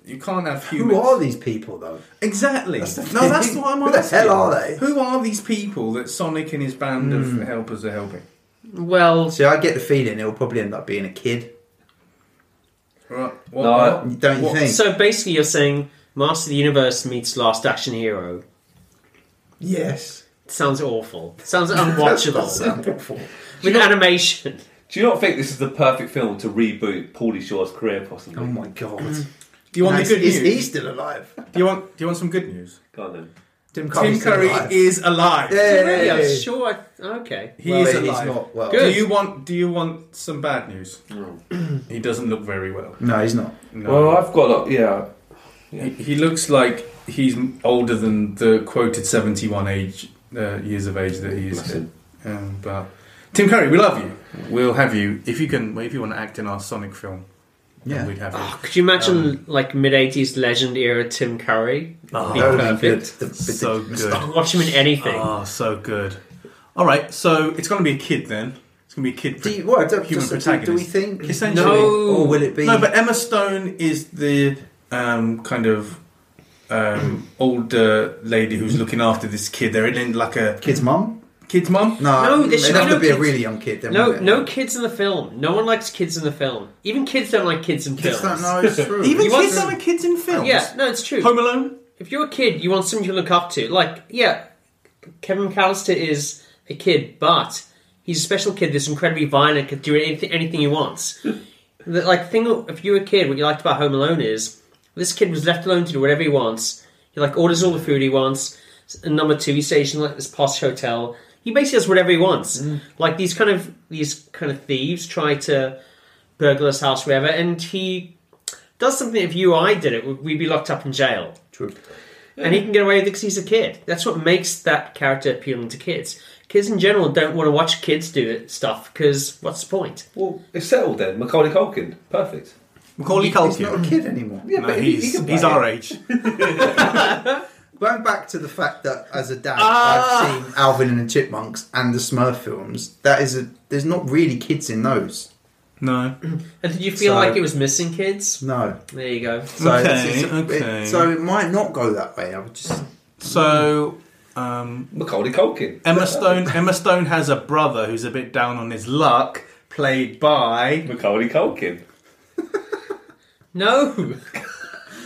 S1: You can't have humans.
S2: Who are these people, though?
S1: Exactly. no,
S2: thing.
S1: that's what I'm
S2: Who the
S1: asking.
S2: hell are they? Hmm.
S1: Who are these people that Sonic and his band of helpers are helping?
S3: Well,
S2: See, I get the feeling it'll probably end up being a kid.
S1: Right. What,
S4: No, I-
S1: what-
S2: Don't you
S1: what-
S2: think?
S3: so basically, you're saying Master of the Universe meets Last Action Hero.
S2: yes.
S3: Sounds awful. Sounds
S2: That's
S3: unwatchable
S2: not awful.
S3: with animation.
S4: Do you not think this is the perfect film to reboot Paulie Shaw's career, possibly?
S2: Oh my god.
S1: Do you want
S2: No,
S1: the good
S2: is,
S1: news?
S2: is he still alive?
S1: Do you want? Do you want some good news?
S4: Go on then.
S2: Tim Curry's
S1: Tim Curry
S2: still alive.
S1: is alive.
S2: Yeah.
S3: really, I'm sure. I, okay.
S1: He
S2: Well,
S1: is
S2: he's
S1: alive.
S2: not well.
S3: Good.
S1: Do you want? Do you want some bad news? he doesn't look very well.
S2: No, he's not.
S1: No.
S4: Well, I've got a lot. Yeah,
S1: he, he looks like he's m- older than the quoted seventy-one age uh, years of age that he
S4: Bless
S1: is.
S4: him.
S1: Um, but Tim Curry, we love you. We'll have you if you can. If you want to act in our Sonic film, then
S2: Yeah. Ah,
S1: we'd have you.
S3: Oh, could you imagine like mid '80s legend era Tim Curry? Be
S2: Oh, That would be good.
S3: perfect.
S2: The- with the
S1: So good.
S2: moustache.
S3: Watch him in anything.
S1: Oh, so good. All right, so it's going to be a kid then. It's going to be a kid.
S2: Do you, well, do,
S1: Human
S2: just- do, do we
S1: protagonist.
S2: think?
S1: Essentially.
S2: No. Or will it be?
S1: No, but Emma Stone is the um, kind of
S2: Mm-hmm.
S1: um, older lady who's looking after this kid. They're in like a
S2: Kid's mum?
S5: Kid's mum?
S2: No,
S3: No, there should
S2: it'd
S3: be
S2: have
S3: no
S2: to be a
S3: kids.
S2: really young kid. Then,
S3: No,
S2: wouldn't it?
S3: no kids in the film. No one likes kids in the film. Even kids don't like kids in
S2: Kids
S3: films.
S2: don't know. It's true.
S1: Even
S3: You want
S1: kids
S3: some-
S1: are like kids in films.
S3: Yeah, no, it's true.
S1: Home Alone.
S3: if you're a kid, you want someone you look up to. Like, yeah, Kevin McAllister is a kid, but he's a special kid that's incredibly violent, can do anything, anything he wants. the, like, thing if you're a kid, what you liked about Home Alone is this kid was left alone to do whatever he wants. He like orders all the food he wants. And number two, he stays in like this posh hotel. He basically does whatever he wants. Like these kind of these kind of thieves try to burglar his house, wherever, and he does something. If you or I did it, we'd be locked up in jail
S2: True.
S3: and he can get away with it because he's a kid. That's what makes that character appealing to kids. Kids in general don't want to watch kids do it- stuff because what's the point?
S4: Well, it's settled then. Macaulay Culkin, perfect.
S1: Macaulay
S2: He's not a
S1: Culkin.
S2: kid anymore.
S4: Yeah,
S1: No,
S4: but he- he
S1: he's,
S4: can
S1: he's
S4: play
S1: our
S4: it.
S1: age.
S2: Going back to the fact that as a dad,
S3: Ah.
S2: I've seen Alvin and the Chipmunks and the Smurf films. That is a. There's not really kids in those.
S1: No.
S3: And did you feel
S2: So-
S3: like it was missing kids?
S2: No.
S3: There you go.
S2: So
S1: Okay,
S2: it's- it's a- it-
S1: okay.
S2: so it might not go that way. I would just.
S1: So, um,
S4: Macaulay Culkin.
S1: Emma Stone. Emma Stone has a brother who's a bit down on his luck, played by.
S4: Macaulay Culkin.
S3: No,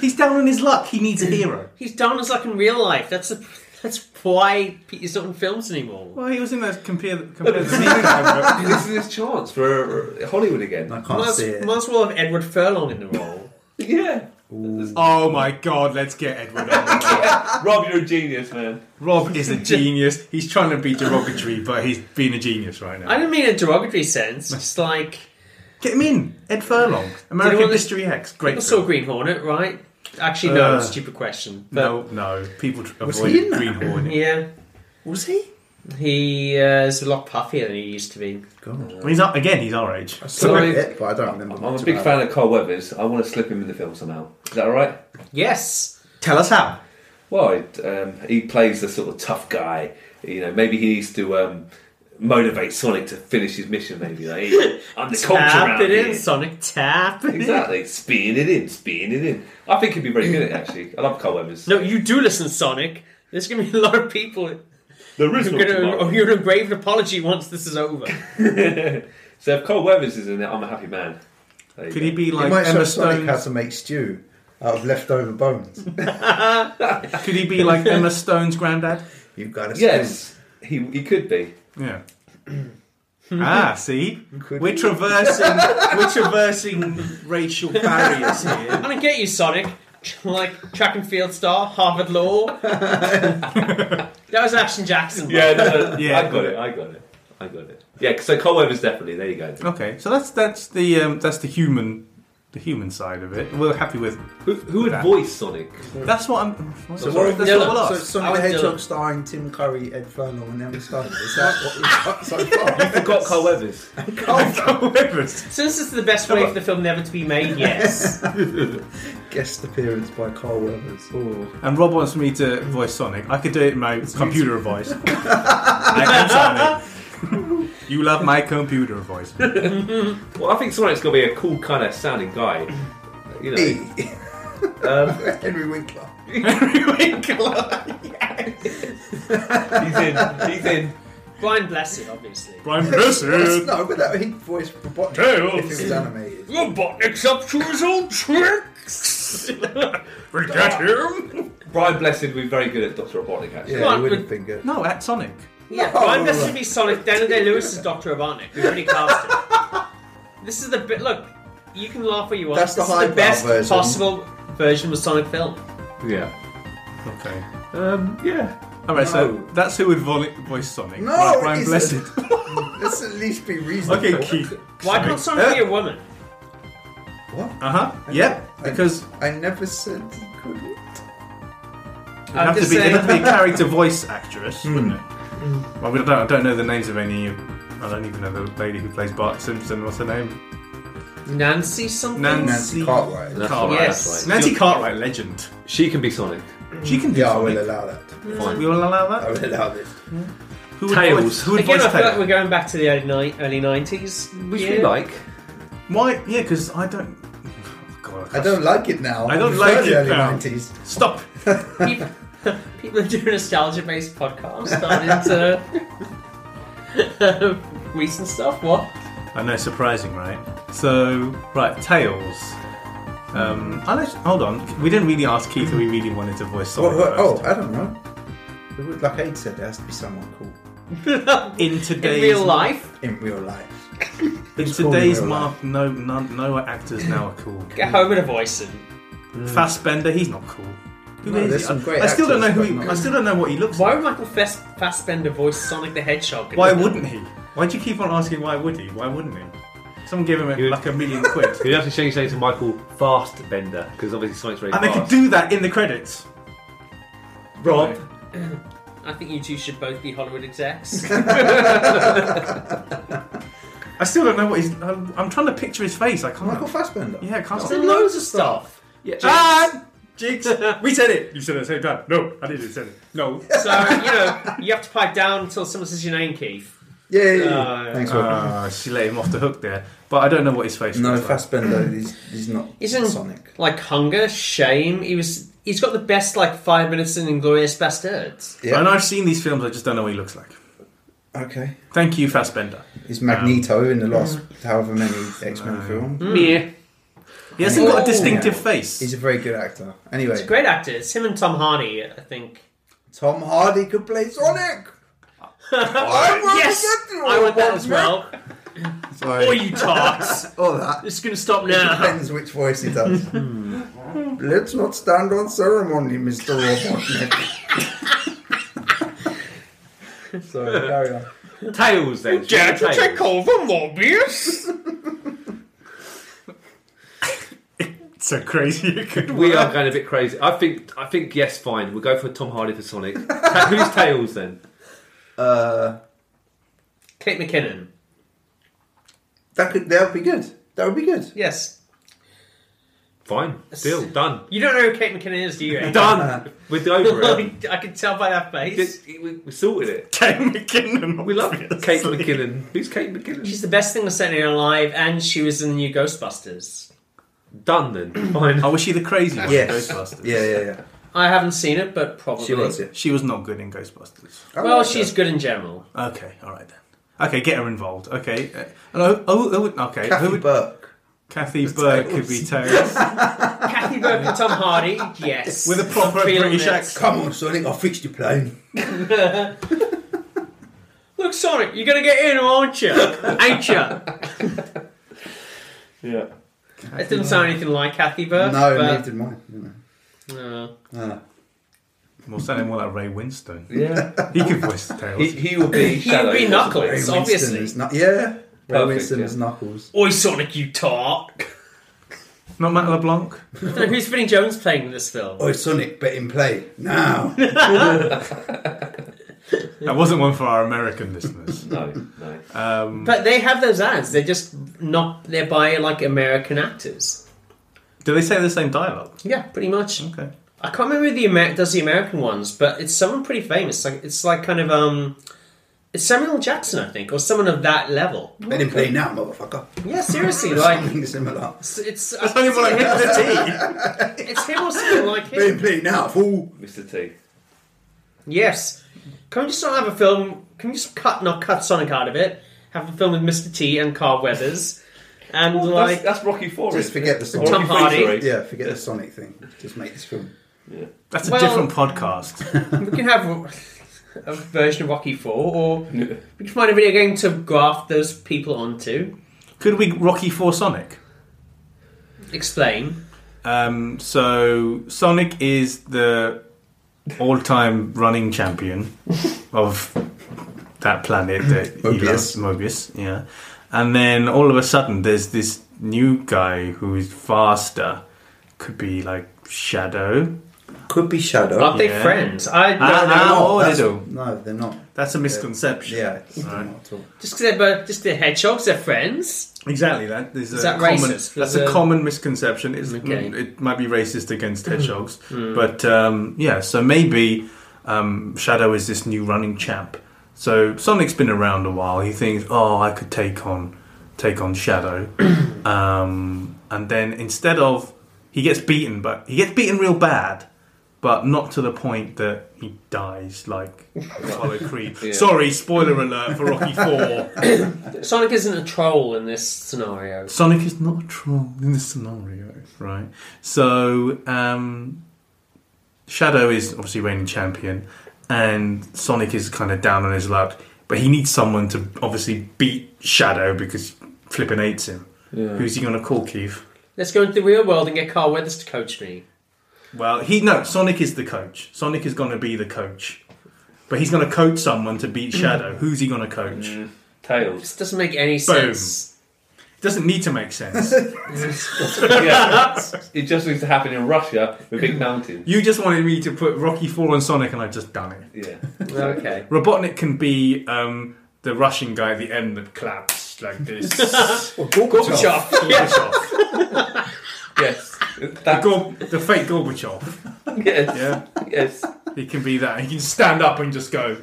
S1: He's down on his luck. He needs a hero.
S3: he's down as like in real life. That's the that's why he's not in films anymore.
S1: Well, he was in that compare. compare the
S4: this is his chance for uh, Hollywood again.
S2: I can't
S3: Might as,
S2: see it.
S3: might as well have Edward Furlong in the role.
S4: Yeah.
S1: oh my God! Let's get Edward. on.
S4: Rob, you're a genius, man.
S1: Rob is a genius. He's trying to be derogatory, but he's being a genius right
S3: I
S1: now.
S3: don't mean in a derogatory sense. Just like
S1: Get him in. Ed Furlong, American
S3: anyone-
S1: History X. Great.
S3: people saw
S1: film.
S3: Green Hornet, right? Actually, no.
S1: Uh,
S3: stupid question. But,
S1: No, no. People tr-
S2: Was
S1: avoid
S2: he in that?
S1: Green Hornet.
S3: Yeah,
S1: Was he?
S3: he uh, is a lot puffier than he used to be.
S2: God.
S1: Well, he's not, again. He's our age.
S2: I saw
S3: Sorry.
S2: it, but I don't remember.
S4: I'm
S2: much
S4: a big
S2: about
S4: fan of Carl Weathers. I want to slip him in the film somehow. Is that alright?
S3: Yes.
S1: Tell us how.
S4: Well, it, um, he plays the sort of tough guy. You know, maybe he needs to um, motivate Sonic to finish his mission. Maybe like, hey, I'm the culture
S3: Tap
S4: around
S3: it
S4: here.
S3: in, Sonic. Tap it in.
S4: Exactly, spin it in, spin it in. I think he'd be very good at it, actually. I love Carl Weathers.
S3: No, you do listen, Sonic. There's gonna be a lot of people
S4: there is
S3: who
S4: no
S3: are gonna oh,
S4: tomorrow.
S3: owe you an engraved apology once this is over.
S4: so if Carl Weathers is in it, I'm a happy man. There you
S1: Could
S4: go.
S1: he be
S2: It
S1: like
S2: might show
S1: Emma
S2: Sonic how
S1: Stone?
S2: to make stew out of leftover bones.
S1: Could he be like Emma Stone's granddad?
S2: You've got to.
S4: Yes, he, he could be.
S1: Yeah. ah, see,
S2: Could
S1: we're traversing we're traversing racial barriers
S3: I'm
S1: here.
S3: gonna get you, Sonic. Like track and field star, Harvard Law. that was Action Jackson.
S4: Yeah, no, no,
S1: Yeah.
S4: I got it. I got it. I got it. Yeah, so Carl Weathers definitely. There you go.
S3: Oh,
S1: Okay, so that's that's the um, that's the human the human side of it. We're happy with.
S4: Who, who would voice Sonic?
S1: That's what I'm. That's
S4: So
S1: what,
S4: what-
S1: that's
S3: no,
S1: what we'll
S2: So
S1: ask.
S2: Sonic the
S3: I would
S2: Hedgehog
S3: do it.
S2: starring Tim Curry, Ed Furlong, and Emma Stone. Is that what we've got so far?
S4: Forgot Carl Weathers.
S3: Since it's the best way for the film never to be made, yes.
S2: Guest appearance by Carl Weathers.
S1: and Rob wants me to voice Sonic. I could do it in my computer voice. I am Sonic. You love my computer voice.
S4: Well, I think Sonic's gonna be a cool kind of sounding guy. You know,
S2: Hey,
S4: um,
S2: Henry Winkler.
S4: he's in. He's in.
S3: Brian Blessed, obviously.
S1: Brian
S2: That's-
S1: Blessed.
S2: No, but that he'd voice Robotnik
S1: Tails.
S2: if it was animated.
S3: Robotnik's up to his old tricks.
S1: We get him.
S4: Brian Blessed would be very good at Doctor Robotnik. Actually,
S2: Yeah, it
S3: on,
S2: would have
S3: but-
S2: been good.
S1: No, at Sonic.
S3: Yeah,
S2: No.
S3: Brian Blessed would be Sonic. Daniel Day Lewis is Doctor Robotnik. We've already cast him. this is the bit. Look, you can laugh what you want.
S2: That's the
S3: this is
S2: highbrow
S3: the best
S2: version.
S3: possible version of a Sonic film.
S4: yeah.
S1: Okay.
S4: Um, yeah.
S1: All right, so
S2: No.
S1: that's who would vo- voice Sonic.
S2: No,
S1: Right,
S2: it
S1: Brian
S2: isn't.
S1: Blessed.
S2: Let's at least be reasonable.
S1: okay, Keith.
S3: Why can't Sonic be a woman?
S2: What?
S1: Uh huh. Yep. Because it
S2: I never said he couldn't.
S3: I'm
S1: have, to
S3: just
S1: be, it'd
S3: saying-
S1: have to be a character voice actress,
S4: Hmm.
S1: wouldn't it?
S2: Hmm.
S1: Well, we don't, I don't know the names of any. I don't even know the lady who plays Bart Simpson. What's her name?
S3: Nancy something?
S1: Nancy
S2: Nancy Cartwright.
S4: That's
S1: Cartwright.
S4: right,
S3: Yes.
S4: that's right.
S1: Nancy Cartwright, legend.
S4: She can be Sonic.
S1: She can do
S2: Yeah, I will
S1: Sonic.
S2: allow that.
S1: We will allow
S2: I
S1: that.
S2: will allow this.
S1: Who would
S4: Tails.
S1: voice, who would
S3: Again, I
S1: voice
S3: feel like
S1: Tails?
S3: we're going back to the early, ni- early 90s.
S4: Which
S3: Yeah.
S4: we like.
S1: Why? Yeah, because I don't. God,
S2: I don't like it now.
S1: I don't
S2: prefer
S1: like
S2: the
S1: it
S2: early
S1: now.
S2: 90s.
S1: Stop.
S3: People, people are doing nostalgia based podcasts. Starting to. recent stuff. What?
S1: I know, surprising, right? So, right, Tails. Um, unless, hold on, we didn't really ask Keith if we really wanted to voice
S2: What,
S1: Sonic
S2: what, oh,
S1: first.
S2: I don't know. It would- Like Aid said, there has to be someone cool
S1: In
S3: In
S1: today's
S3: real life?
S2: in real life.
S1: in
S2: It's called in
S1: today's
S2: real life.
S1: mark, no, no, no actors now are cool. Mm.
S3: Get home and a voice in.
S1: Fassbender, he's not cool. Who
S2: No,
S1: is
S2: there's
S1: he?
S2: some
S1: I-
S2: great
S1: I still don't know
S2: actors,
S1: who
S2: but
S1: he.
S2: not-
S1: I still don't know what he looks
S3: Why
S1: like.
S3: would Michael Fast Fassbender voice Sonic the Hedgehog?
S1: Why wouldn't he? Why do you keep on asking why would he? Why wouldn't he? Someone gave him a,
S7: You-
S1: like a million quid.
S7: You have to change his name to Michael Fastbender because obviously Sonic's very
S1: And they
S7: fast.
S1: could do that in the credits. Rob,
S3: I think you two should both be Hollywood execs.
S1: I still don't know what he's. I'm, I'm trying to picture his face. I can't.
S2: Oh, Michael Fassbender.
S1: Yeah, I can't.
S3: There's loads of stuff.
S1: Ah, Jigs. we said it. You said it at the same time. No, I didn't say it. No.
S3: So you know you have to pipe down until someone says your name, Keith.
S2: Yeah, yeah,
S3: Uh,
S2: yeah. Thanks, Rob.
S1: Ah, she let him off the hook there, but I don't know what his face.
S2: no,
S1: looks like.
S2: Fassbender is is not
S3: Isn't-
S2: Sonic.
S3: Like hunger, shame. He was. He's got the best like five minutes in Inglorious Bastards.
S2: Yeah.
S1: And I've seen these films. I just don't know what he looks like.
S2: Okay.
S1: Thank you, Fassbender.
S2: Is Magneto in the last however many X Men
S1: No.
S2: films?
S3: Hmm.
S7: Meh.
S1: He hasn't got a
S3: Oh.
S1: distinctive face.
S2: He's a very good actor. Anyway,
S3: It's a great actor. It's him and Tom Hardy, I think.
S2: Tom Hardy could play Sonic. I want
S3: yes,
S2: to get you
S3: I want that as
S2: one,
S3: well.
S2: Sorry,
S3: Or you tarts.
S2: all that.
S3: It's gonna stop
S2: It
S3: now.
S2: depends which voice he does. Let's not stand on ceremony, Mr. Robotnik. Sorry, carry on.
S7: Tails then. Tails.
S3: over Morbius.
S1: so crazy. It could
S7: We
S1: work.
S7: are going a bit crazy. I think. I think yes. Fine. We'll go for Tom Hardy for Sonic. Ta- Who's Tails then?
S2: Uh,
S3: Kate McKinnon.
S2: that could that would be good. That would be good.
S3: Yes.
S7: Fine. Deal. Done.
S3: You don't know who Kate McKinnon is, do you? Ray?
S7: Done. We're over it.
S3: I can tell by that face.
S7: Just- We, we sorted it.
S1: Kate McKinnon.
S7: We love
S1: obviously.
S7: Kate McKinnon. Who's Kate McKinnon?
S3: She's the best thing that's Saturday Night Live, and she was in the new Ghostbusters.
S7: Done then. Fine.
S1: Oh, was she the crazy one? in
S2: Yes.
S1: Ghostbusters.
S2: Yeah, yeah, yeah.
S3: I haven't seen it, but probably.
S2: She was it.
S1: She was not good in Ghostbusters.
S2: I
S3: Well,
S2: like
S3: she's
S2: her.
S3: good in general.
S1: Okay, all right then. Okay, get her involved. Okay, uh, and oh, oh, oh, okay.
S2: Kathy
S1: who would,
S2: Burke.
S1: Kathy Burke could be Tails
S3: Kathy Burke and Tom Hardy, yes.
S1: with a proper
S3: I'm feeling
S1: British
S3: it.
S1: accent.
S2: Come on, Sonic. I fixed your plane.
S3: Look, Sonic, you're gonna get in, aren't you? Ain't ya?
S4: Yeah.
S3: It didn't sound anything like Kathy Burke.
S2: no, neither
S3: but,
S2: did mine. didn't
S3: Uh,
S2: I? Uh,
S1: Well, sounding more like Ray Winstone.
S4: Yeah.
S1: He could voice Tails.
S4: He, he will be
S3: he would
S4: Shadow.
S3: be
S2: Ray
S3: Knuckles,
S2: Winston
S3: obviously.
S2: is Knu- yeah. Ray
S4: Perfect,
S2: Winston
S4: yeah.
S2: is Knuckles.
S3: Oi, Sonic, you tart.
S1: Not Matt LeBlanc.
S3: I don't know who's Vinnie Jones playing in this film.
S2: Oh, Sonic, bet in play now.
S1: That wasn't one for our American listeners.
S4: No, no.
S1: Um,
S3: But they have those ads. They're just not. They're by like American actors.
S1: do they say the same dialogue?
S3: Yeah, pretty much.
S1: Okay.
S3: I can't remember who the Amer- does the American ones, but it's someone pretty famous. Like it's like kind of um, it's Samuel Jackson, I think, or someone of that level.
S2: bet in play now, motherfucker.
S3: Yeah, seriously, like
S2: Something similar.
S3: it's it's,
S1: Sounding more like Mr. T.
S3: it's him or something like
S2: Bet in
S3: him.
S2: play now, fool.
S4: Mr. T.
S3: Yes, can we just not have a film? Can we just cut not cut Sonic out of it? Have a film with Mr. T and Carl Weathers, and
S4: That's,
S3: like
S4: that's Rocky Four.
S2: Just
S4: isn't it?
S2: forget the Sonic.
S4: Rocky
S3: Tom
S4: Three,
S3: Hardy.
S4: sorry.
S2: Yeah, forget the Sonic thing. Just make this film.
S1: That's a
S3: Well-
S1: different podcast.
S3: we can have a, a version of Rocky Four, or we can find a video game to graft those people onto.
S1: Could we Rocky Four Sonic?
S3: Explain.
S1: Um, so Sonic is the all-time running champion of that planet that he
S2: Mobius.
S1: loves, Mobius, yeah. And then all of a sudden, there's this new guy who is faster. Could be like Shadow.
S2: Could be Shadow.
S3: Aren't
S1: Yeah.
S3: they friends? I don't
S1: Ah,
S3: know.
S1: ah, oh,
S2: that's-
S1: they do.
S2: No, they're not.
S1: That's a misconception.
S2: Yeah, it's
S1: Right.
S2: not at all.
S3: Just because they're both, just they're hedgehogs, they're friends.
S1: Exactly. That is,
S3: Is
S1: a
S3: that
S1: common.
S3: racist?
S1: That's
S3: Is
S1: a
S3: it-
S1: common misconception. It's,
S3: Okay. Hmm.
S1: mm, It might be racist against hedgehogs, but um, yeah. So maybe um, Shadow is this new running champ. So Sonic's been around a while. He thinks, oh, I could take on take on Shadow, um, and then instead of he gets beaten, but he gets beaten real bad. but not to the point that he dies like Apollo Creed.
S4: Yeah.
S1: Sorry, spoiler alert for Rocky Four.
S3: Sonic isn't a troll in this scenario.
S1: Sonic is not a troll in this scenario, right? So, um, Shadow is obviously reigning champion, and Sonic is kind of down on his luck, but he needs someone to obviously beat Shadow because flipping hates him. Who's he going to call, Keith?
S3: Let's go into the real world and get Carl Weathers to coach me.
S1: Well, he no. Sonic is the coach. Sonic is going to be the coach, but he's going to coach someone to beat Shadow. Who's he going to coach?
S4: Tails.
S3: This doesn't make any sense.
S1: It doesn't need to make sense.
S4: yeah. It just needs to happen in Russia with big mountains.
S1: you just wanted me to put Rocky Four on Sonic, and I've just done it.
S4: Yeah.
S3: okay.
S1: Robotnik can be um, the Russian guy at the end that claps like this.
S3: Gorbachev.
S1: Gorbachev.
S4: Yes.
S1: the,
S4: That,
S1: Gor- the fake Gorbachev.
S4: yes.
S1: Yeah,
S4: Yes.
S1: he can be that. He can stand up and just go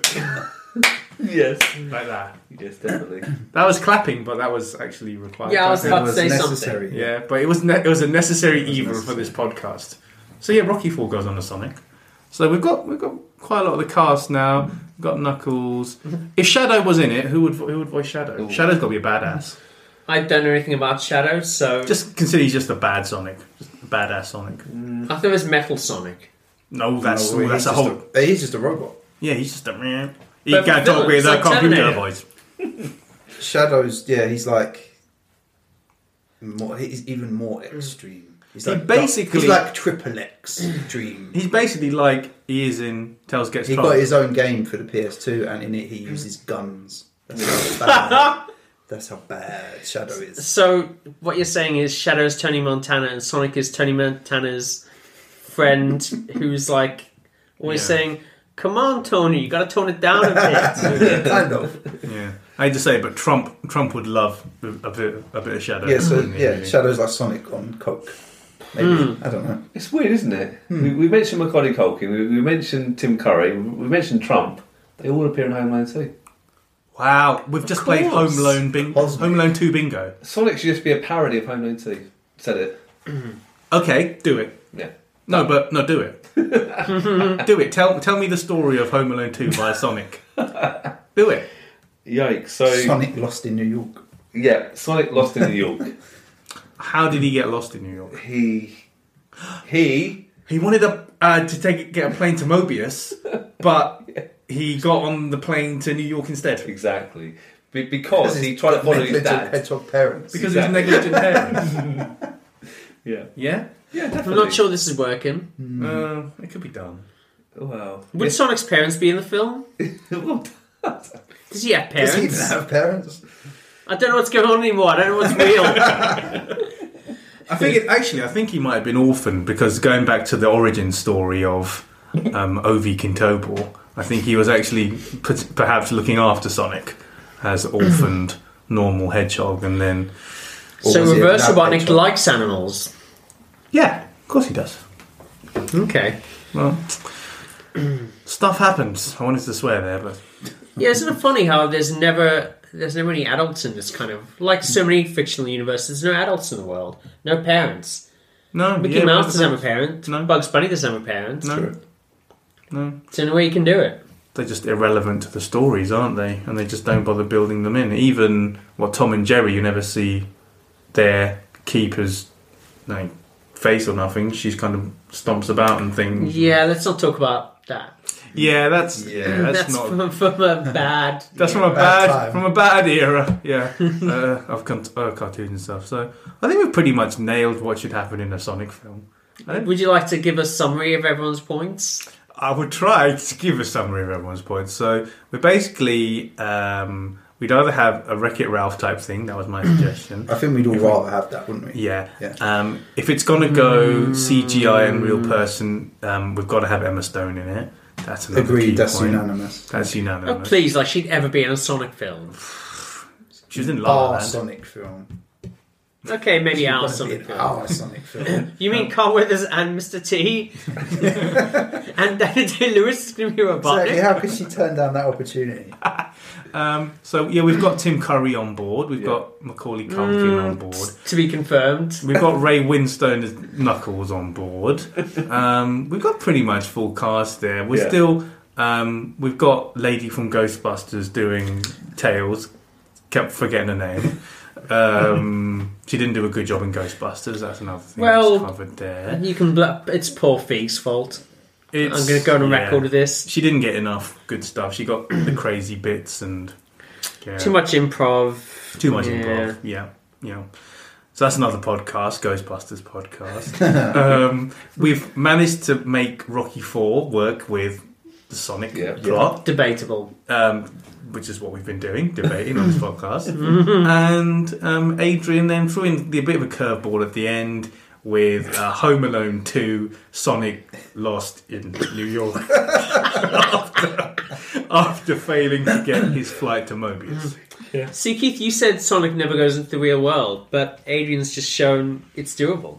S4: Yes.
S1: like that.
S4: Yes, definitely.
S1: That was clapping, but that was actually required.
S3: Yeah, I was
S2: It
S3: about to
S2: was
S3: say something.
S2: necessary.
S1: Yeah, but it was ne- it was a necessary
S2: was
S1: evil
S2: necessary.
S1: for this podcast. So yeah, Rocky Four goes on to Sonic. So we've got we've got quite a lot of the cast now. We've got Knuckles. If Shadow was in it, who would vo- who would voice Shadow?
S4: Ooh.
S1: Shadow's got to be a badass.
S3: I don't know anything about Shadow, so
S1: Just consider he's just a bad Sonic, just a badass Sonic.
S3: I thought it was Metal Sonic.
S1: No, that's
S2: Mm. No, he's
S1: that's a
S2: just
S1: whole.
S2: he's just a robot.
S1: Yeah, he's just a. He
S3: Perfect
S1: can't
S3: villain,
S1: talk with
S3: it's
S1: a
S3: like
S1: computer
S3: Terminator.
S1: voice.
S2: Shadows, yeah, he's like more. He's even more extreme. He's
S1: Mm. He
S2: like
S1: basically-
S2: he's like triple X extreme.
S1: He's basically like he is in Tails Gets
S2: He
S1: Cold.
S2: got his own game for the PS2, and in it he uses guns. That's how bad. That's how bad Shadow is.
S3: So what you're saying is Shadow's Tony Montana and Sonic is Tony Montana's friend who's like always
S1: Yeah.
S3: saying, Come on, Tony, you gotta tone it down a bit.
S2: kind of.
S1: yeah, I hate to say it, but Trump Trump would love a a bit a bit of Shadow.
S2: Yeah, so
S1: wouldn't he,
S2: yeah,
S1: really?
S2: Shadow's like Sonic on coke. Maybe I don't know.
S4: It's weird, isn't it? We, we mentioned Macaulay Culkin, we, we mentioned Tim Curry, we, we mentioned Trump. They all appear in Home Alone 2.
S1: Wow, we've just played
S3: course.
S1: Home Loan Bingo.
S2: Possibly.
S1: Home Loan Two Bingo.
S4: Sonic should just be a parody of Home Alone 2. Said it.
S1: Okay, do it.
S4: Yeah.
S1: No, but no, do it. do it. Tell tell me the story of Home Alone Two via Sonic. do it.
S4: Yikes. So,
S2: Sonic lost in New York.
S4: yeah, Sonic lost in New York.
S1: How did he get lost in New York?
S4: He. He.
S1: He wanted a, uh, to take get a plane to Mobius, but he got on the plane to New York instead
S4: Exactly. Be- because he tried to follow his
S2: Negligent
S4: dad.
S2: Hedgehog parents.
S1: because
S4: Exactly.
S1: of his negligent parents.
S4: Yeah.
S1: yeah,
S4: Yeah, definitely.
S3: I'm not sure this is working.
S1: uh, it could be done.
S4: Well.
S3: Would Sonic's parents be in the film?
S4: Well,
S3: Does he have
S2: Does he
S3: parents?
S2: even have parents?
S3: I don't know what's going on anymore. I don't know what's real.
S1: I think it, actually, I think he might have been orphaned because going back to the origin story of um, Ovi Kintobor, I think he was actually p- perhaps looking after Sonic as orphaned normal hedgehog, and then
S2: Or
S3: so
S2: was he a
S3: reverse
S2: lab
S3: robotic
S2: hedgehog?
S3: likes animals.
S1: yeah, of course he does.
S3: Okay.
S1: Well, stuff happens. I wanted to swear there, but
S3: Yeah, isn't it funny how there's never there's never any adults in this kind of like so many fictional universes. There's no adults in the world, no parents.
S1: no,
S3: Mickey
S1: yeah,
S3: Mouse doesn't
S1: well,
S3: have a parent.
S1: No.
S3: Bugs Bunny doesn't have a parent.
S1: no,
S3: It's the only way you can do it.
S1: they're just irrelevant to the stories, aren't they? And they just don't bother building them in. Even what Tom and Jerry, you never see their keeper's like face or nothing. She's kind of stomps about and things.
S3: Yeah, let's not talk about that.
S1: yeah, that's
S2: Yeah.
S1: yeah, that's, not.
S3: from, from a bad.
S1: that's from a
S2: Bad
S1: bad,
S2: time.
S1: from a bad era, yeah, uh, of con- uh, cartoons and stuff. So I think we've pretty much nailed what should happen in a Sonic film.
S3: Would you like to give a summary of everyone's points?
S1: I would try to give a summary of everyone's points. So we basically um, we'd either have a Wreck It Ralph type thing. That was my suggestion.
S2: I think we'd all rather have that, wouldn't we?
S1: Yeah.
S2: Yeah.
S1: Um, if it's gonna go
S3: Mm.
S1: CGI and real person, um, we've got to have Emma Stone in it. That's another Key
S2: Agreed. That's
S1: point.
S2: unanimous.
S1: That's
S3: Oh,
S1: unanimous.
S3: please, like she'd ever be in a Sonic film.
S1: she was in La La
S2: Our
S1: Land.
S2: Sonic film.
S3: Okay, maybe our
S2: Gotta be
S3: Sonic
S2: an
S3: film.
S2: Our Sonic film.
S3: You mean Carl Weathers and Mr. T? and Danny Day Lewis is going to be a
S2: exactly.
S3: robotic?
S2: How could she turn down that opportunity?
S1: Um, so yeah, we've got Tim Curry on board. We've
S7: Yeah.
S1: got Macaulay Culkin on board.
S3: to be confirmed.
S1: We've got Ray Winstone as Knuckles on board. Um, we've got pretty much full cast there. We're
S4: Yeah.
S1: still. Um, we've got Lady from Ghostbusters doing Tails. Kept forgetting her name. Um, she didn't do a good job in Ghostbusters. That's another thing
S3: Well,
S1: that's covered there.
S3: You can. Bl- it's poor Feig's fault.
S1: It's-
S3: I'm going to go on
S1: yeah.
S3: record with this.
S1: She didn't get enough good stuff. She got the crazy bits and yeah,
S3: Too much improv.
S1: too much
S3: Yeah.
S1: improv. Yeah, yeah. So that's another podcast, Ghostbusters podcast. um, we've managed to make Rocky Four work with the Sonic
S4: Yeah.
S1: plot,
S3: Debatable.
S1: Um, which is what we've been doing, debating on this podcast. and um, Adrian then threw in the, a bit of a curveball at the end with uh, Home Alone 2 Sonic Lost in New York after, after failing to get his flight to Mobius.
S3: See, Keith, you said Sonic never goes into the real world, but Adrian's just shown it's doable.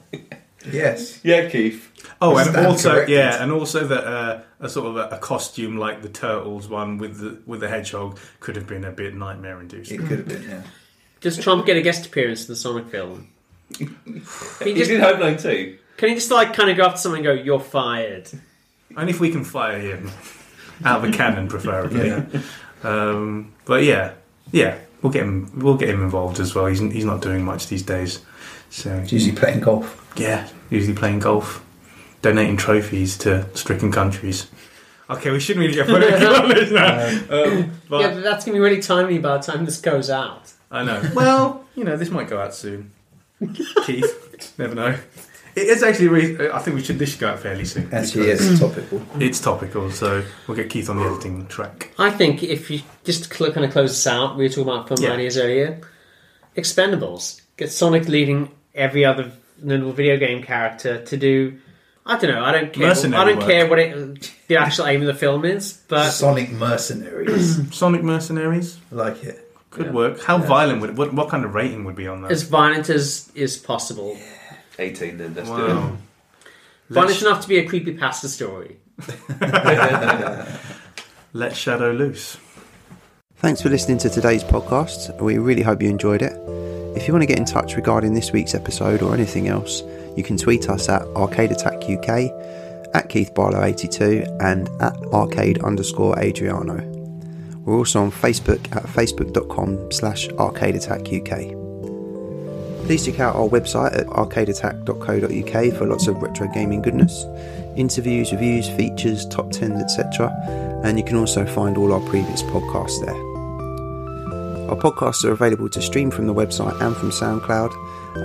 S2: Yes.
S4: Yeah, Keith.
S1: Oh,
S2: Was
S1: and
S2: that
S1: also,
S2: corrected?
S1: yeah, and also that uh, a sort of a, a costume like the Turtles one with the, with the hedgehog could have been a bit nightmare
S2: It
S1: inducing.
S2: could have been, yeah.
S3: Does Trump get a guest appearance in the Sonic film? Can
S4: He
S3: he just,
S4: did Home Alone too.
S3: can he just like kind of go up to someone and go, "You're fired"?
S1: Only if we can fire him out of a cannon, preferably.
S2: Yeah.
S1: Um, but yeah, yeah, we'll get him. We'll get him involved as well. He's he's not doing much these days. So
S2: It's usually playing golf.
S1: yeah, usually playing golf, donating trophies to stricken countries. Okay, we shouldn't really get political on this now. Um, but
S3: yeah, but that's gonna be really timely by the time this goes out.
S1: I know. Well, you know, this might go out soon. Keith, never know. It is actually. Re- I think we should. This should go out fairly soon.
S2: Actually, yes, it's topical.
S1: It's topical, so we'll get Keith on the editing track.
S3: I think if you just cl- kind of close this out, we were talking about film
S1: Yeah.
S3: ideas earlier. Expendables get Sonic leading every other notable video game character to do. I don't know. I don't care.
S1: Mercenary
S3: I don't
S1: work.
S3: care what it, the actual aim of the film is, but
S2: Sonic Mercenaries.
S1: Sonic Mercenaries
S2: I like it.
S1: could
S4: Yeah.
S1: work. How violent would? What, what kind of rating would be on that?
S3: as violent as is possible,
S4: 18 then, let's do
S1: Wow. Let,
S3: violent
S1: sh-
S3: enough to be a creepy pasta story.
S1: let Shadow loose.
S8: Thanks for listening to today's podcast. We really hope you enjoyed it. If you want to get in touch regarding this week's episode or anything else, you can tweet us at Arcade Attack UK, at Keith Barlow82, and at arcade underscore Adriano. We're also on Facebook at facebook.com slash arcade attack UK. Please check out our website at arcadeattack.co.uk for lots of retro gaming goodness, interviews, reviews, features, top 10s, etc. And you can also find all our previous podcasts there. Our podcasts are available to stream from the website and from SoundCloud,